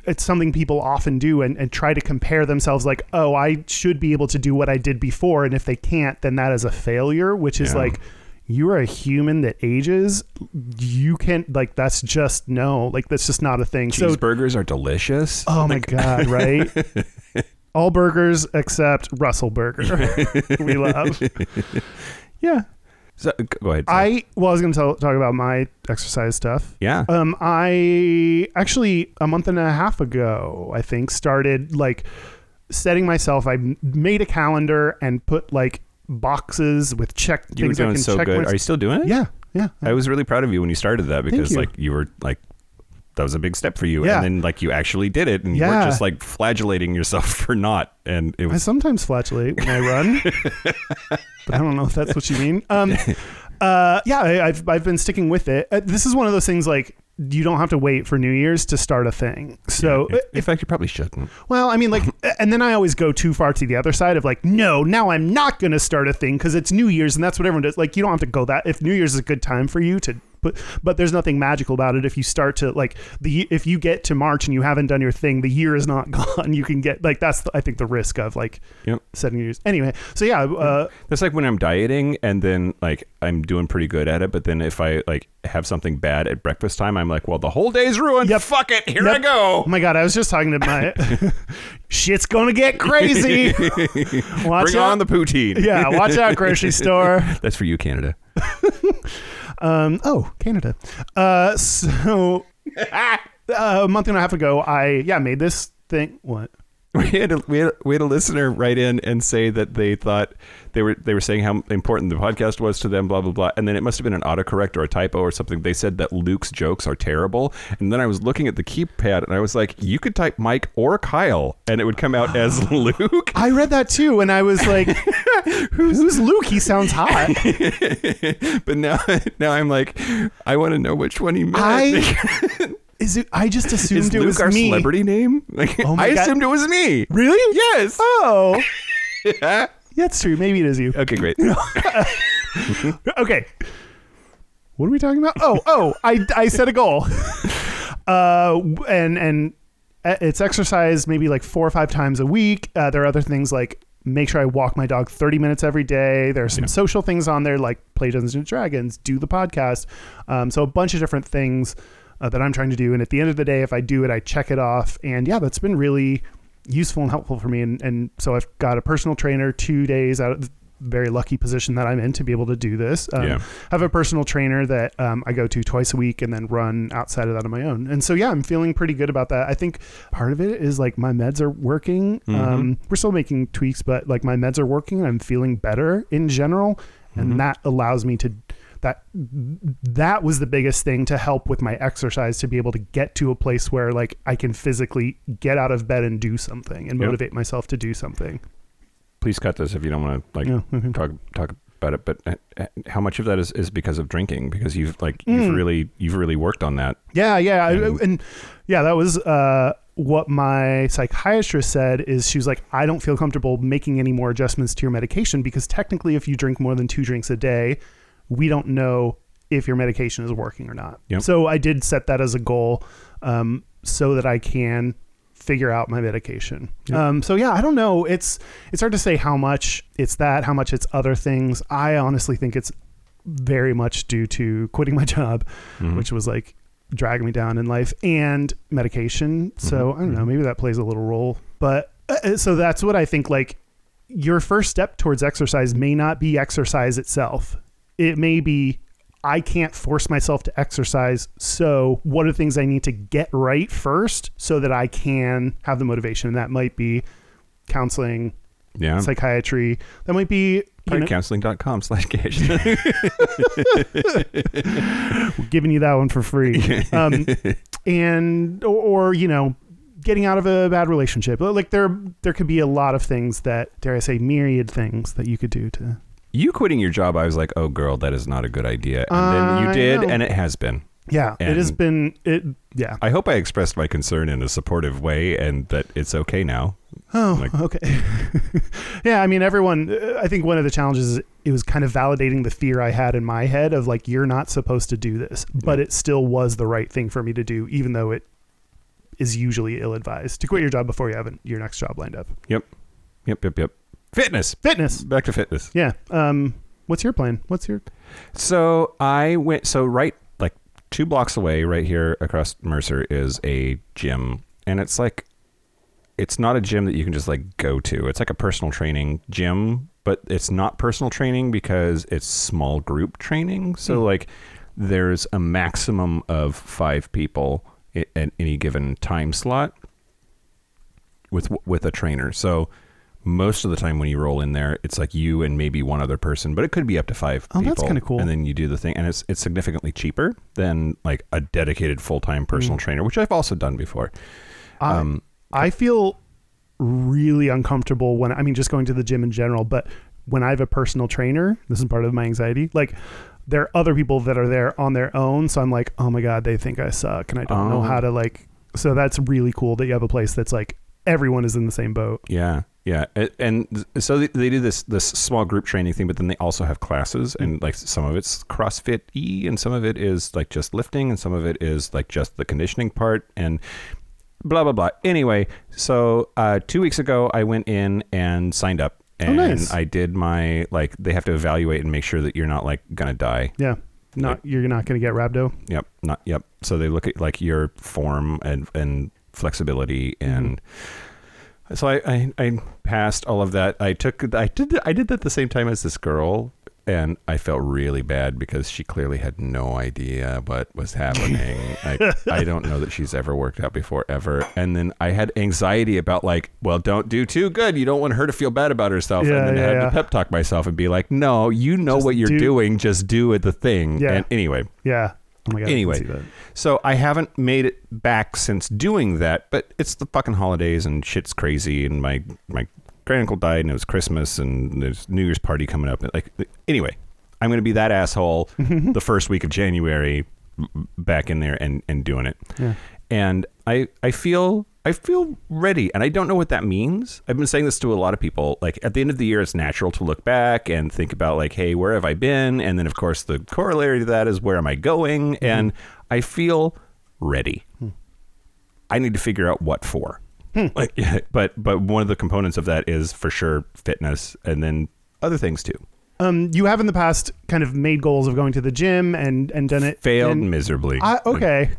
Speaker 3: it's something people often do and, and try to compare themselves like, oh, I should be able to do what I did before. And if they can't, then that is a failure, which is
Speaker 2: Yeah.
Speaker 3: like, you are a human that ages. You can't, like, that's just no, like, that's just not a thing. So,
Speaker 2: cheeseburgers are delicious
Speaker 3: oh my God, right? All burgers except Russell Burger, we love. Yeah.
Speaker 2: so, g- go ahead Sam.
Speaker 3: I, well, I was going to talk about my exercise stuff.
Speaker 2: yeah
Speaker 3: Um, I actually a month and a half ago, I think, started like setting myself. I m- made a calendar and put like boxes with check
Speaker 2: you were
Speaker 3: things I
Speaker 2: doing
Speaker 3: can
Speaker 2: so
Speaker 3: check.
Speaker 2: good
Speaker 3: marks-
Speaker 2: are you still doing it Oh.
Speaker 3: yeah, yeah.
Speaker 2: i was really proud of you when you started that because
Speaker 3: you.
Speaker 2: like you were like that was a big step for you
Speaker 3: Yeah.
Speaker 2: and then like you actually did it and you
Speaker 3: Yeah.
Speaker 2: weren't just like flagellating yourself for not and it
Speaker 3: I
Speaker 2: was
Speaker 3: sometimes flatulate when I run, but I don't know if that's what you mean. Um, uh, yeah, I, I've I've been sticking with it. Uh, this is one of those things like you don't have to wait for New Year's to start a thing. So
Speaker 2: in, in fact you probably shouldn't
Speaker 3: Well, I mean, like, and then I always go too far to the other side of like, no, now I'm not going to start a thing because it's New Year's and that's what everyone does. Like, you don't have to go that. If New Year's is a good time for you to, but but there's nothing magical about it. If you start to like the if you get to March and you haven't done your thing, the year is not gone. You can get like that's the, I think the risk of like
Speaker 2: Yep.
Speaker 3: setting New Year's anyway. So yeah, uh,
Speaker 2: That's like when I'm dieting and then like I'm doing pretty good at it, but then if I like have something bad at breakfast time, I'm like, well, the whole day's ruined.
Speaker 3: Yep.
Speaker 2: Fuck it, here I
Speaker 3: Yep.
Speaker 2: go.
Speaker 3: Oh my god, I was just talking to my shit's gonna get crazy. Watch
Speaker 2: Bring
Speaker 3: out.
Speaker 2: on the poutine.
Speaker 3: yeah, watch out, grocery store.
Speaker 2: That's for you, Canada.
Speaker 3: Um, oh, Canada. Uh, so uh, a month and a half ago, I yeah made this thing. What?
Speaker 2: We had, a, we, had a, we had a listener write in and say that they thought they were they were saying how important the podcast was to them, blah blah blah, and then it must have been an autocorrect or a typo or something. They said that Luke's jokes are terrible, and then I was looking at the keypad and I was like, you could type Mike or Kyle, and it would come out as Luke.
Speaker 3: I read that too, and I was like, "Who's, Luke? He sounds hot."
Speaker 2: But now, now I'm like, I want to know which one he meant.
Speaker 3: I. Is it? I just assumed
Speaker 2: Is
Speaker 3: it
Speaker 2: Luke
Speaker 3: was
Speaker 2: our
Speaker 3: me.
Speaker 2: celebrity name? Like,
Speaker 3: Oh my
Speaker 2: I
Speaker 3: God.
Speaker 2: assumed it was me.
Speaker 3: Really?
Speaker 2: Yes.
Speaker 3: Oh, yeah, that's true. Maybe it is you.
Speaker 2: Okay, great.
Speaker 3: Okay. What are we talking about? Oh, oh, I, I set a goal. uh, and and uh, it's exercise maybe like four or five times a week. Uh, there are other things like make sure I walk my dog 30 minutes every day. There are some social things on there like play Dungeons and Dragons, do the podcast. Um, so a bunch of different things uh, that I'm trying to do. And at the end of the day, if I do it, I check it off. And yeah, that's been really useful and helpful for me. And, and so I've got a personal trainer two days out of very lucky position that I'm in to be able to do this. Um,
Speaker 2: Yeah.
Speaker 3: I have a personal trainer that um, I go to twice a week and then run outside of that on my own. And so, yeah, I'm feeling pretty good about that. I think part of it is like my meds are working. Um, we're still making tweaks, but like my meds are working. and I'm feeling better in general. And that allows me to that that was the biggest thing to help with my exercise to be able to get to a place where like I can physically get out of bed and do something and
Speaker 2: Yep.
Speaker 3: motivate myself to do something.
Speaker 2: Please cut this if you don't want to like
Speaker 3: Yeah, mhm.
Speaker 2: talk talk about it. But uh, uh, how much of that is, is because of drinking? Because you've like you've
Speaker 3: Hmm.
Speaker 2: really you've really worked on that.
Speaker 3: Yeah, yeah, I-
Speaker 2: And-
Speaker 3: and yeah, that was uh, what my psychiatrist said. Is she was like, I don't feel comfortable making any more adjustments to your medication because technically, if you drink more than two drinks a day, we don't know if your medication is working or not.
Speaker 2: Yep.
Speaker 3: So I did set that as a goal, um, so that I can figure out my medication. Um, so yeah, I don't know. It's it's hard to say how much it's that, how much it's other things. I honestly think it's very much due to quitting my job, which was like dragging me down in life and medication. So I don't know, maybe that plays a little role. But uh, uh, so that's what I think like your first step towards exercise may not be exercise itself. It may be I can't force myself to exercise, so what are things I need to get right first so that I can have the motivation and that might be counseling,
Speaker 2: Yeah.
Speaker 3: psychiatry. That might be you know,
Speaker 2: Counseling.com slash gash.
Speaker 3: giving you that one for free. Um, and or, or you know, getting out of a bad relationship. Like there there could be a lot of things that dare I say myriad things that you could do to.
Speaker 2: you quitting your job, I was like, oh, girl, that is not a good idea. And then
Speaker 3: I
Speaker 2: you did,
Speaker 3: know.
Speaker 2: and it has been.
Speaker 3: Yeah, it has
Speaker 2: And-
Speaker 3: been it. Yeah.
Speaker 2: I hope I expressed my concern in a supportive way and that it's okay now.
Speaker 3: Oh,
Speaker 2: Like-
Speaker 3: okay. yeah, I mean, everyone. uh, I think one of the challenges is it was kind of validating the fear I had in my head of like, you're not supposed to do this, but it still was the right thing for me to do, even though it is usually ill-advised to quit your job before you have an- your next job lined up.
Speaker 2: Yep. Yep, yep, yep. Fitness.
Speaker 3: Fitness.
Speaker 2: Back to fitness.
Speaker 3: Yeah. Um. What's your plan? What's your?
Speaker 2: So I went. So right, like two blocks away, right here across Mercer is a gym, and it's like, it's not a gym that you can just like go to. It's like a personal training gym, but it's not personal training because it's small group training. So
Speaker 3: Mm.
Speaker 2: like, there's a maximum of five people i- at any given time slot with with a trainer. So. Most of the time, when you roll in there, it's like you and maybe one other person, but it could be up to five
Speaker 3: Oh, that's
Speaker 2: people,
Speaker 3: kinda cool.
Speaker 2: And then you do the thing, and it's it's significantly cheaper than like a dedicated full
Speaker 3: Mm.
Speaker 2: time personal trainer, which I've also done before.
Speaker 3: I,
Speaker 2: Um,
Speaker 3: I feel really uncomfortable when I mean just going to the gym in general, but when I have a personal trainer, this is part of my anxiety. Like there are other people that are there on their own, so I'm like, oh my god, they think I suck, and I don't know
Speaker 2: Oh.
Speaker 3: how to like. So that's really cool that you have a place that's like everyone is in the same boat.
Speaker 2: Yeah, yeah, A- and, th- so they, they do this this small group training thing, but then they also have classes, and like some of it's CrossFit e, and some of it is like just lifting, and some of it is like just the conditioning part, and blah blah blah. Anyway, so uh, two weeks ago, I went in and signed up, and
Speaker 3: nice.
Speaker 2: I did my like they have to evaluate and make sure that you're not like gonna die.
Speaker 3: Yeah, not you're not gonna get rhabdo.
Speaker 2: Yep. Not yep. So they look at like your form and and flexibility and
Speaker 3: Mm-hmm.
Speaker 2: so I, I I passed all of that. I took I did I did that the same time as this girl and I felt really bad because she clearly had no idea what was happening. I, I don't know that she's ever worked out before ever. And then I had anxiety about like, well, don't do too good. You don't want her to feel bad about herself.
Speaker 3: Yeah,
Speaker 2: and then
Speaker 3: yeah,
Speaker 2: I had
Speaker 3: yeah.
Speaker 2: to pep talk myself and be like, no, you know
Speaker 3: Just
Speaker 2: what you're
Speaker 3: do-
Speaker 2: doing. Just do it the thing.
Speaker 3: Yeah.
Speaker 2: And anyway,
Speaker 3: Yeah. Oh my god. I can
Speaker 2: Anyway.
Speaker 3: see that.
Speaker 2: so I haven't made it back since doing that, but it's the fucking holidays and shit's crazy and my my granduncle died and it was Christmas and there's New Year's party coming up. Like anyway, I'm going to be that asshole the first week of January m- back in there and and doing it.
Speaker 3: Yeah.
Speaker 2: and I I feel I feel ready, and I don't know what that means. I've been saying this to a lot of people. Like at the end of the year, it's natural to look back and think about like, hey, where have I been? And then of course the corollary to that is where am I going?
Speaker 3: Mm-hmm.
Speaker 2: And I feel ready.
Speaker 3: Hmm.
Speaker 2: I need to figure out what for. Like, yeah, but but one of the components of that is for sure fitness, and then other things too.
Speaker 3: Um, you have in the past kind of made goals of going to the gym and and done it.
Speaker 2: Failed
Speaker 3: and-
Speaker 2: miserably.
Speaker 3: I, okay,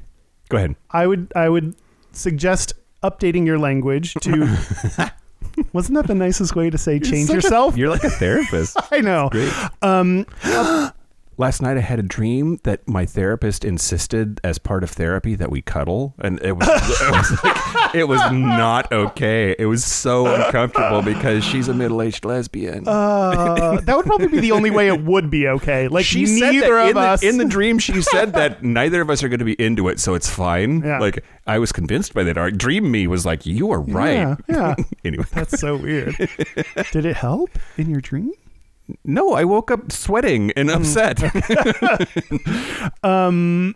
Speaker 2: Go ahead.
Speaker 3: I would I would suggest updating your language to. wasn't that the nicest way to say change
Speaker 2: such a-
Speaker 3: yourself?
Speaker 2: You're like a therapist.
Speaker 3: I know.
Speaker 2: Last night I had a dream that my therapist insisted as part of therapy that we cuddle, and it was, it was, like, it was not okay. It was so uncomfortable because she's a middle-aged lesbian.
Speaker 3: Uh, that would probably be the only way it would be okay. Like
Speaker 2: she
Speaker 3: neither
Speaker 2: said that in,
Speaker 3: of us
Speaker 2: The, in the dream. She said that neither of us are going to be into it, so it's fine.
Speaker 3: Yeah.
Speaker 2: Like I was convinced by that. Our dream me was like, "You are right."
Speaker 3: Yeah, yeah.
Speaker 2: anyway,
Speaker 3: That's so weird. Did it help in your dream?
Speaker 2: no, I woke up sweating and upset.
Speaker 3: Mm. Um,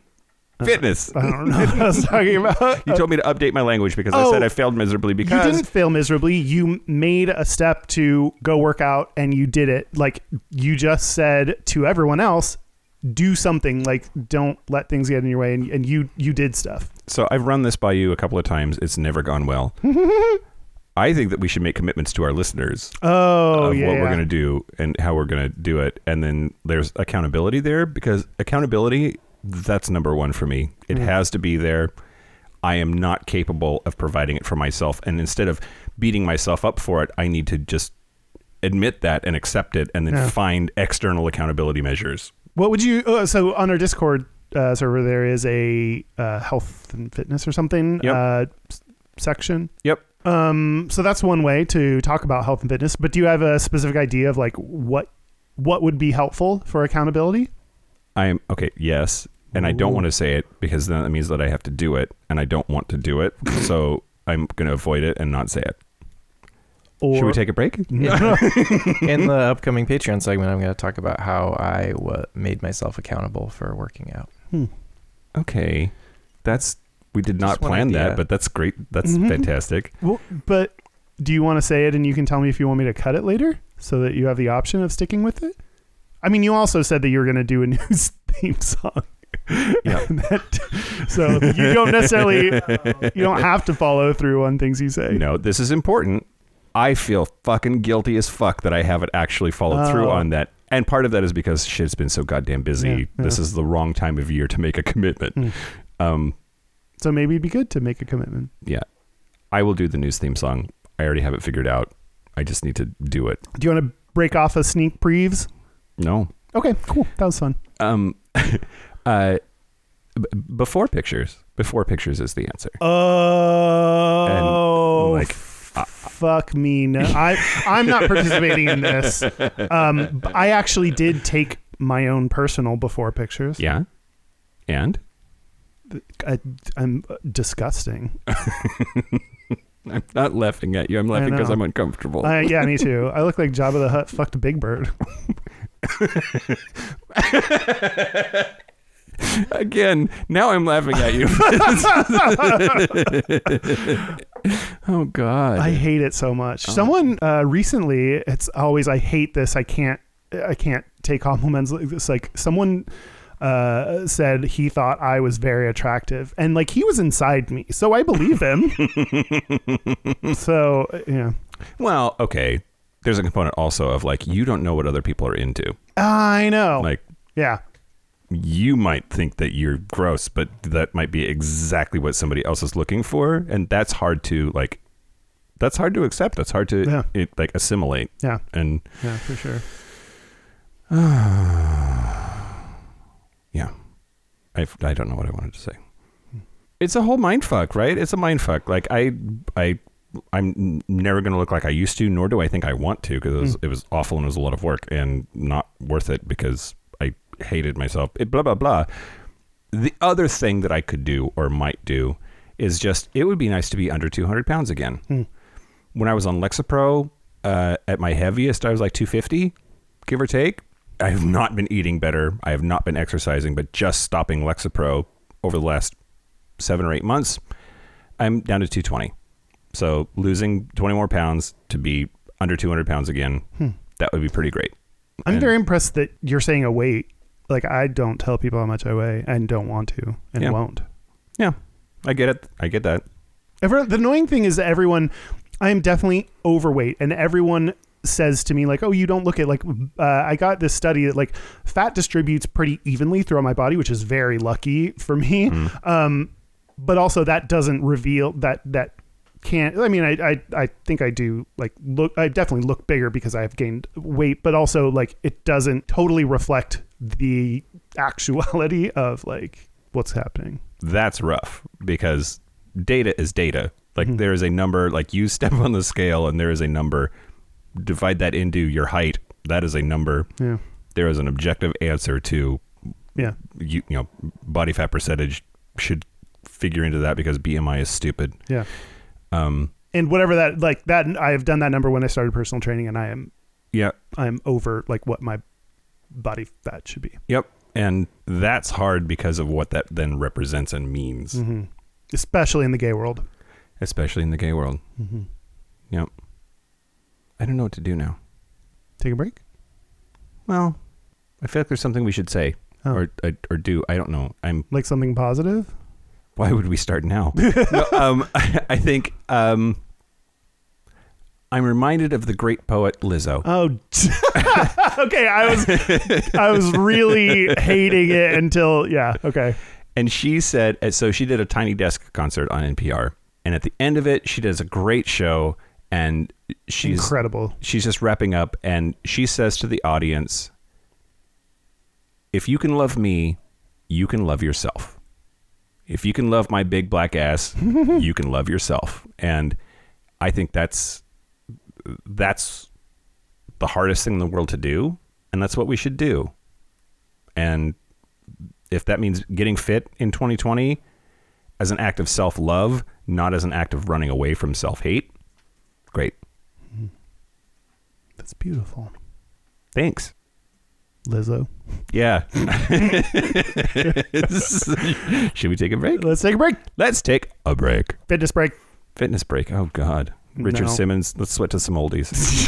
Speaker 2: Fitness.
Speaker 3: I don't know what I was talking about.
Speaker 2: You told me to update my language because
Speaker 3: Oh.
Speaker 2: I said I failed miserably because
Speaker 3: you didn't fail miserably. You m- made a step to go work out and you did it. Like you just said to everyone else, do something. Like don't let things get in your way. And, and you you did stuff.
Speaker 2: So I've run this by you a couple of times. It's never gone well. I think that we should make commitments to our listeners
Speaker 3: Oh
Speaker 2: of
Speaker 3: yeah.
Speaker 2: what we're
Speaker 3: yeah.
Speaker 2: going to do and how we're going to do it. And then there's accountability there because accountability, that's number one for me.
Speaker 3: Mm.
Speaker 2: It has to be there. I am not capable of providing it for myself. And instead of beating myself up for it, I need to just admit that and accept it and then
Speaker 3: Yeah.
Speaker 2: find external accountability measures.
Speaker 3: What would you? Uh, so on our Discord uh, server, there is a uh, health and fitness or something
Speaker 2: Yep.
Speaker 3: uh, s- section.
Speaker 2: Yep.
Speaker 3: Um, so that's one way to talk about health and fitness. But do you have a specific idea of like what what would be helpful for accountability?
Speaker 2: I'm okay. Yes, and I don't want to say it because then that means that I have to do it, and I don't want to do it. so I'm going to avoid it and not say it.
Speaker 3: Or
Speaker 2: Should we take a break?
Speaker 4: In the upcoming Patreon segment, I'm going to talk about how I wa made myself accountable for working out.
Speaker 2: Okay, that's we did not
Speaker 4: Just one
Speaker 2: plan that,
Speaker 4: idea.
Speaker 2: but that's great. That's
Speaker 3: Mhm.
Speaker 2: fantastic.
Speaker 3: Well, but do you want to say it and you can tell me if you want me to cut it later so that you have the option of sticking with it? I mean, you also said that you were going to do a new theme song.
Speaker 2: Yeah.
Speaker 3: And that- so you don't necessarily, you don't have to follow through on things you say.
Speaker 2: No, this is important. I feel fucking guilty as fuck that I haven't actually followed through
Speaker 3: Oh.
Speaker 2: on that. And part of that is because shit's been so goddamn busy.
Speaker 3: Yeah,
Speaker 2: This
Speaker 3: yeah.
Speaker 2: is the wrong time of year to make a commitment.
Speaker 3: Mm.
Speaker 2: Um,
Speaker 3: So maybe it'd be good to make a commitment.
Speaker 2: yeah, I will do the news theme song. I already have it figured out. I just need to do it.
Speaker 3: Do you want to break off a sneak previews?
Speaker 2: No.
Speaker 3: Okay, cool. That was fun.
Speaker 2: Um. uh. b- Before pictures. Before pictures is the answer.
Speaker 3: Oh,
Speaker 2: like,
Speaker 3: f- fuck me! No, I I'm not participating in this. Um, b- I actually did take my own personal before pictures.
Speaker 2: Yeah. And
Speaker 3: I, I'm uh, disgusting.
Speaker 2: I'm not laughing at you. I'm laughing because
Speaker 3: know.
Speaker 2: I'm uncomfortable.
Speaker 3: I, yeah, me too. I look like Jabba the Hutt fucked Big Bird.
Speaker 2: Again, now I'm laughing at you. oh God.
Speaker 3: I hate it so much. Someone uh, recently, it's always I hate this. I can't. I can't take compliments like this. Like someone uh, said he thought I was very attractive, and like he was inside me, so I believe him. so yeah,
Speaker 2: well, okay. There's a component also of like you don't know what other people are into.
Speaker 3: I know.
Speaker 2: Like
Speaker 3: yeah,
Speaker 2: you might think that you're gross, but that might be exactly what somebody else is looking for, and that's hard to like. That's hard to accept. That's hard to
Speaker 3: Yeah.
Speaker 2: it, like assimilate.
Speaker 3: yeah,
Speaker 2: And
Speaker 3: yeah, for sure.
Speaker 2: yeah, I, I don't know what I wanted to say. It's a whole mind fuck, right? It's a mind fuck. Like I I I'm never going to look like I used to, nor do I think I want to, because it, was it was awful and it was a lot of work and not worth it because I hated myself. It, blah blah blah. The other thing that I could do or might do is just it would be nice to be under 200 pounds again. When I was on Lexapro uh, at my heaviest, I was like 250, give or take. I have not been eating better. I have not been exercising, but just stopping Lexapro over the last seven or eight months, I'm down to 220. So losing 20 more pounds to be under 200 pounds again, that would be pretty great.
Speaker 3: I'm
Speaker 2: And-
Speaker 3: very impressed that you're saying a weight. Like I don't tell people how much I weigh and don't want to and
Speaker 2: Yeah.
Speaker 3: won't.
Speaker 2: Yeah, I get it. I get that.
Speaker 3: Everyone, the annoying thing is that everyone, I am definitely overweight, and everyone says to me like, "Oh, you don't look it." Like, uh, I got this study that like fat distributes pretty evenly throughout my body, which is very lucky for me. Um, but also that doesn't reveal that that can't. I mean, I, I I think I do like look. I definitely look bigger because I have gained weight, but also like it doesn't totally reflect the actuality of like what's happening.
Speaker 2: that's rough because data is data.
Speaker 3: Hmm.
Speaker 2: Like there is a number, like you step on the scale and there is a number. Divide that into your height. That is a number.
Speaker 3: Yeah.
Speaker 2: There is an objective answer to
Speaker 3: Yeah.
Speaker 2: you, you know body fat percentage should figure into that because BMI is stupid.
Speaker 3: Yeah.
Speaker 2: Um,
Speaker 3: and whatever that like that I have done that number when I started personal training, and I am
Speaker 2: yeah,
Speaker 3: I am over like what my body fat should be,
Speaker 2: yep. And that's hard because of what that then represents and means,
Speaker 3: Hmm. Mm-hmm. especially in the gay world.
Speaker 2: especially in the gay world.
Speaker 3: Mm-hmm.
Speaker 2: Yep. I don't know what to do now.
Speaker 3: Take a break.
Speaker 2: Well, I feel like there's something we should say
Speaker 3: Oh.
Speaker 2: or, or or do. I don't know. I'm.
Speaker 3: Like something positive.
Speaker 2: Why would we start now? No, um, I, I think um, I'm reminded of the great poet Lizzo.
Speaker 3: Oh, d- okay. I was I was really hating it until yeah. Okay.
Speaker 2: And she said, and so she did a Tiny Desk concert on NPR. And at the end of it, she does a great show. And she's
Speaker 3: Incredible.
Speaker 2: she's just wrapping up and she says to the audience if you can love me you can love yourself if you can love my big black ass you can love yourself and i think that's that's the hardest thing in the world to do and that's what we should do and if that means getting fit in 2020 as an act of self-love not as an act of running away from self-hate great
Speaker 3: That's beautiful,
Speaker 2: thanks
Speaker 3: Lizzo.
Speaker 2: Yeah. Should we take a break?
Speaker 3: Let's take a break.
Speaker 2: Let's take a break.
Speaker 3: Fitness break.
Speaker 2: Fitness break. Oh God. Richard
Speaker 3: No.
Speaker 2: Simmons. Let's sweat to some oldies.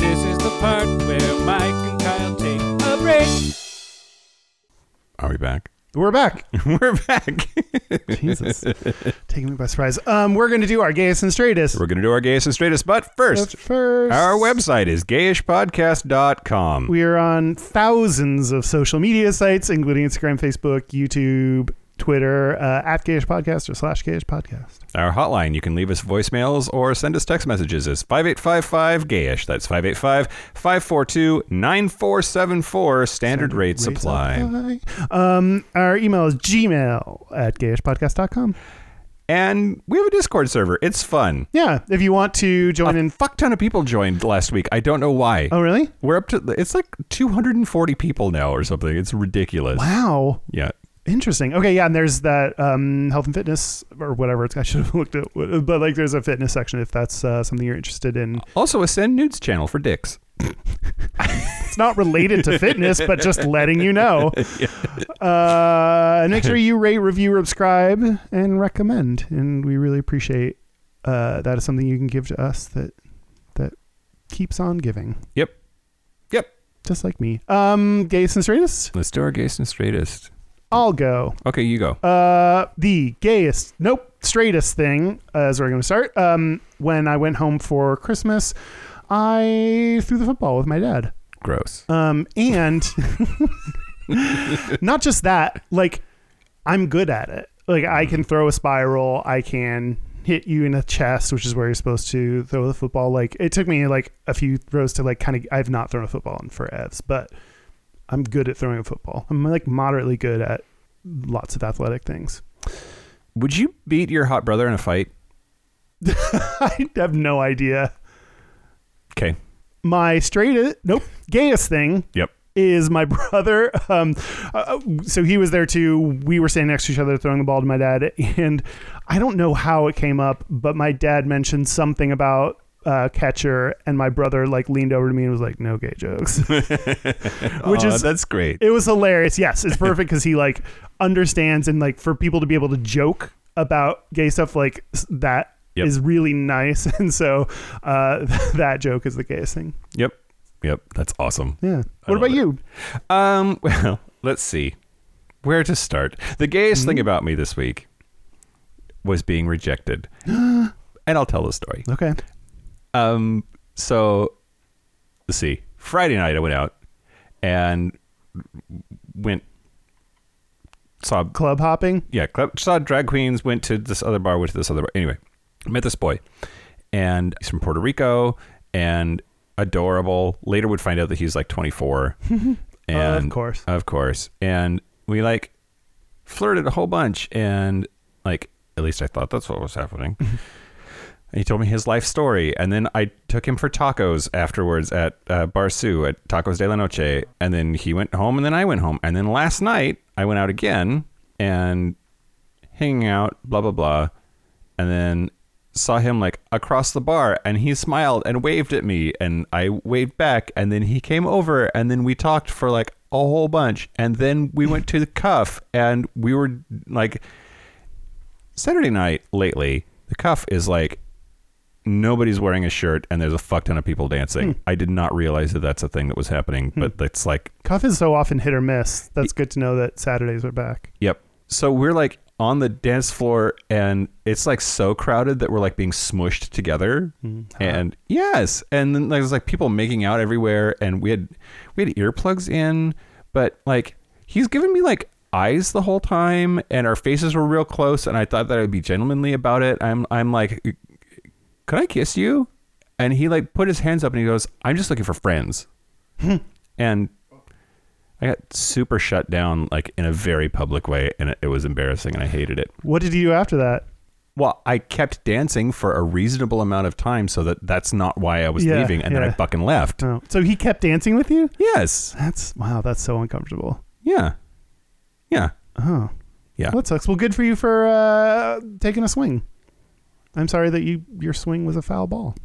Speaker 1: This is the part where Mike and Kyle take a break.
Speaker 2: Are we back?
Speaker 3: We're back.
Speaker 2: We're back.
Speaker 3: Jesus, taking me by surprise. Um, we're gonna do our gayest and straightest.
Speaker 2: We're gonna do our gayest and straightest, but
Speaker 3: But
Speaker 2: first,
Speaker 3: first,
Speaker 2: our website is gayishpodcast.com.
Speaker 3: We are on thousands of social media sites, including Instagram, Facebook, YouTube, Twitter, uh, at Gayish Podcast or slash Gayish Podcast.
Speaker 2: Our hotline, you can leave us voicemails or send us text messages is 5855-GAYISH. That's 585-542-9474. Standard rate supply.
Speaker 3: Um, our email is gmail at gayishpodcast.com.
Speaker 2: And we have a Discord server. It's fun.
Speaker 3: Yeah, if you want to join
Speaker 2: a
Speaker 3: in.
Speaker 2: fuck ton of people joined last week. I don't know why.
Speaker 3: Oh, really?
Speaker 2: We're up to it's like 240 people now or something. It's ridiculous.
Speaker 3: Wow.
Speaker 2: Yeah.
Speaker 3: Interesting. Okay, yeah, and there's that um, health and fitness or whatever. It's, I should have looked at, what- but like, there's a fitness section if that's uh, something you're interested in.
Speaker 2: Also, a send nudes channel for dicks.
Speaker 3: It's not related to fitness, but just letting you know. Uh, and make sure you rate, review, subscribe, and recommend. And we really appreciate uh, that is something you can give to us that that keeps on giving,
Speaker 2: Yep. Yep.
Speaker 3: just like me. Um, gayest and straightest.
Speaker 2: Let's do our gayest and straightest.
Speaker 3: I'll go.
Speaker 2: Okay, you go.
Speaker 3: Uh, the gayest, nope, straightest thing uh, is where we're going to start. Um, when I went home for Christmas, I threw the football with my dad.
Speaker 2: Gross.
Speaker 3: Um, and not just that, like I'm good at it. Like I can throw a spiral, I can hit you in the chest, which is where you're supposed to throw the football. Like it took me like a few throws to like kind of I've not thrown a football in for evs, but I'm good at throwing a football. I'm like moderately good at lots of athletic things.
Speaker 2: Would you beat your hot brother in a fight?
Speaker 3: I have no idea.
Speaker 2: Okay.
Speaker 3: My straight uh, nope, gayest thing
Speaker 2: Yep.
Speaker 3: is my brother. Um, uh, so he was there too. We were standing next to each other throwing the ball to my dad, and I don't know how it came up, but my dad mentioned something about uh, catcher, and my brother like leaned over to me and was like, "No gay jokes," which
Speaker 2: Aw,
Speaker 3: is
Speaker 2: that's great.
Speaker 3: it was hilarious. Yes, it's perfect because he like understands and like for people to be able to joke about gay stuff like s- that is
Speaker 2: Yep.
Speaker 3: really nice and so uh, that joke is the gayest thing
Speaker 2: Yep. Yep. That's awesome.
Speaker 3: yeah
Speaker 2: I
Speaker 3: what
Speaker 2: love
Speaker 3: about
Speaker 2: it.
Speaker 3: you
Speaker 2: Um, well, let's see where to start. The gayest
Speaker 3: Hmm?
Speaker 2: thing about me this week was being rejected. and I'll tell the story.
Speaker 3: okay
Speaker 2: Um, so let's see. Friday night I went out and went saw
Speaker 3: club hopping
Speaker 2: yeah, club, saw drag queens, went to this other bar, went to this other bar. Anyway, met this boy, and he's from Puerto Rico, and adorable. Later, would find out that he's like 24, and
Speaker 3: Oh, Of course.
Speaker 2: of course, and we like flirted a whole bunch, and like at least I thought that's what was happening. and he told me his life story, and then I took him for tacos afterwards at uh, Bar Sue at Tacos de la Noche, and then he went home, and then I went home, and then last night I went out again, and hanging out, blah blah blah, and then saw him like across the bar and he smiled and waved at me and I waved back and then he came over and then we talked for like a whole bunch and then we went to the cuff and we were like Saturday night lately the cuff is like nobody's wearing a shirt and there's a fuck ton of people dancing. I did not realize that that's a thing that was happening, but that's like
Speaker 3: cuff is so often hit or miss that's good to know that saturdays are back
Speaker 2: Yep. So we're like on the dance floor and it's like so crowded that we're like being smushed together. And yes, and then there's like people making out everywhere and we had we had earplugs in, but like he's giving me like eyes the whole time and our faces were real close and I thought that I would be gentlemanly about it. I'm I'm like could I kiss you? And he like put his hands up and he goes, I'm just looking for friends. and I got super shut down like in a very public way and it, it was embarrassing and I hated it.
Speaker 3: what did you do after that
Speaker 2: Well, I kept dancing for a reasonable amount of time so that that's not why I was
Speaker 3: Yeah,
Speaker 2: leaving and then
Speaker 3: yeah.
Speaker 2: I fucking left.
Speaker 3: oh. so he kept dancing with you
Speaker 2: Yes.
Speaker 3: that's wow that's so uncomfortable
Speaker 2: Yeah. Yeah.
Speaker 3: oh
Speaker 2: Yeah.
Speaker 3: Well, that sucks. Well, good for you for uh, taking a swing. I'm sorry that you your swing was a foul ball.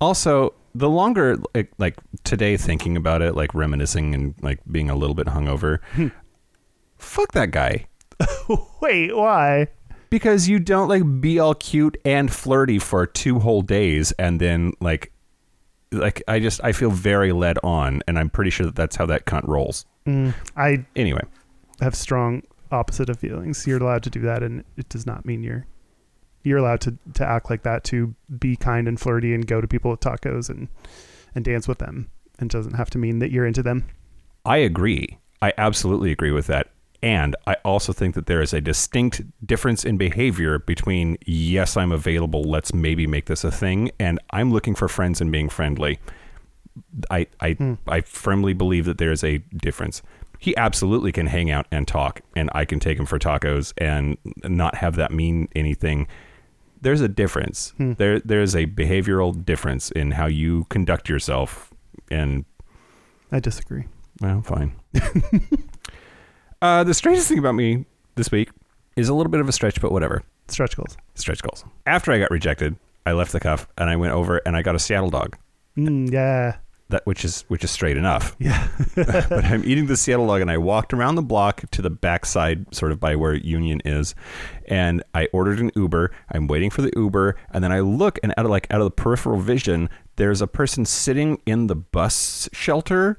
Speaker 2: also the longer like, like today thinking about it like reminiscing and like being a little bit hungover
Speaker 3: Hmm.
Speaker 2: fuck that guy
Speaker 3: Wait, why?
Speaker 2: because you don't like be all cute and flirty for two whole days and then like like i just i feel very led on and i'm pretty sure that that's how that cunt rolls
Speaker 3: Mm, I
Speaker 2: anyway
Speaker 3: have strong opposite of feelings. You're allowed to do that, and it does not mean you're you're allowed to to act like that to be kind and flirty and go to people with tacos and and dance with them. It doesn't have to mean that you're into them.
Speaker 2: i agree i absolutely agree with that and i also think that there is a distinct difference in behavior between yes i'm available let's maybe make this a thing and i'm looking for friends and being friendly I I I firmly believe that there is a difference. He absolutely can hang out and talk, and I can take him for tacos and not have that mean anything. There's a difference. There there is a behavioral difference in how you conduct yourself, and
Speaker 3: I disagree.
Speaker 2: well, fine. uh, the strangest thing about me this week is a little bit of a stretch, but whatever
Speaker 3: Stretch goals.
Speaker 2: stretch goals. After I got rejected, I left the cuff and I went over and I got a Seattle dog.
Speaker 3: Mm, yeah,
Speaker 2: That which is which is straight enough.
Speaker 3: yeah.
Speaker 2: but I'm eating the Seattle dog, and I walked around the block to the backside, sort of by where Union is, and I ordered an Uber. I'm waiting for the Uber, and then I look, and out of like out of the peripheral vision, there's a person sitting in the bus shelter,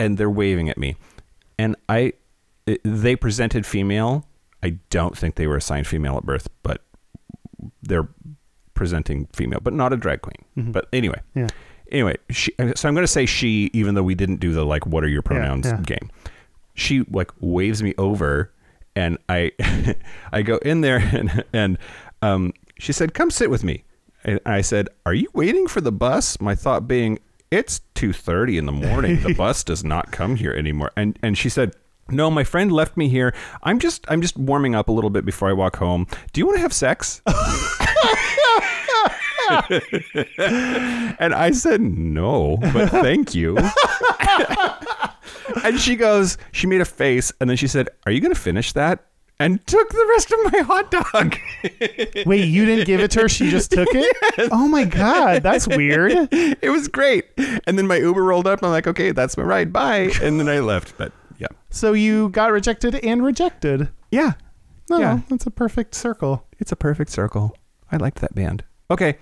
Speaker 2: and they're waving at me, and I, it- they presented female. I don't think they were assigned female at birth, but they're presenting female, but not a drag queen. But anyway,
Speaker 3: Yeah.
Speaker 2: Anyway, she, so I'm going to say she, even though we didn't do the like, what are your pronouns
Speaker 3: yeah.
Speaker 2: game. She like waves me over, and I, I go in there, and and um, she said, "Come sit with me." And I said, "Are you waiting for the bus?" My thought being, "It's two thirty in the morning. The bus does not come here anymore." And and she said. No, my friend left me here. I'm just I'm just warming up a little bit before I walk home. Do you want to have sex? And I said, no, but thank you. and she goes, she made a face, and then she said, Are you going to finish that? And took the rest of my hot dog.
Speaker 3: Wait, you didn't give it to her. She just took it. Oh my god, that's weird.
Speaker 2: it was great. And then my Uber rolled up. And I'm like, okay, that's my ride. Bye. And then I left. But Yeah.
Speaker 3: So you got rejected and rejected.
Speaker 2: Yeah.
Speaker 3: No,
Speaker 2: Yeah.
Speaker 3: that's a perfect circle.
Speaker 2: It's a perfect circle. I liked that band. Okay.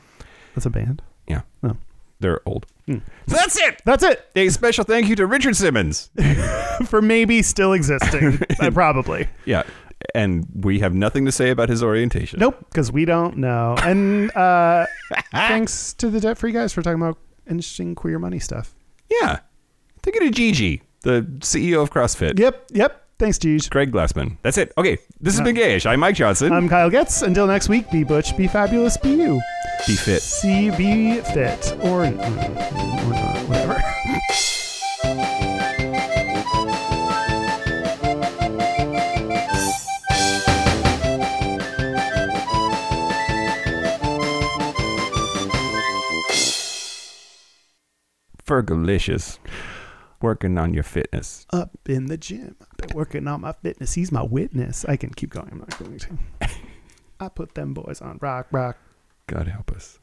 Speaker 3: That's a band.
Speaker 2: Yeah.
Speaker 3: No.
Speaker 2: They're old.
Speaker 3: Hmm.
Speaker 2: So that's it.
Speaker 3: That's it
Speaker 2: A special thank you to Richard Simmons.
Speaker 3: for maybe still existing. Uh, probably.
Speaker 2: Yeah. And we have nothing to say about his orientation.
Speaker 3: Nope, because we don't know. And uh, thanks to the debt free guys for talking about interesting queer money stuff.
Speaker 2: Yeah. Think of Gigi, the CEO of CrossFit.
Speaker 3: Yep, yep. Thanks, Jeez.
Speaker 2: Craig Glassman. That's it. Okay. This has been Gayish. I'm Mike Johnson.
Speaker 3: I'm Kyle Getz. Until next week, be butch, be fabulous, be you.
Speaker 2: Be fit.
Speaker 3: See, be fit. Or, or not, whatever.
Speaker 2: Fergalicious. Working on your fitness.
Speaker 3: Up in the gym, working on my fitness. He's my witness. I can keep going. I'm not going to. I put them boys on rock, rock.
Speaker 2: God help us.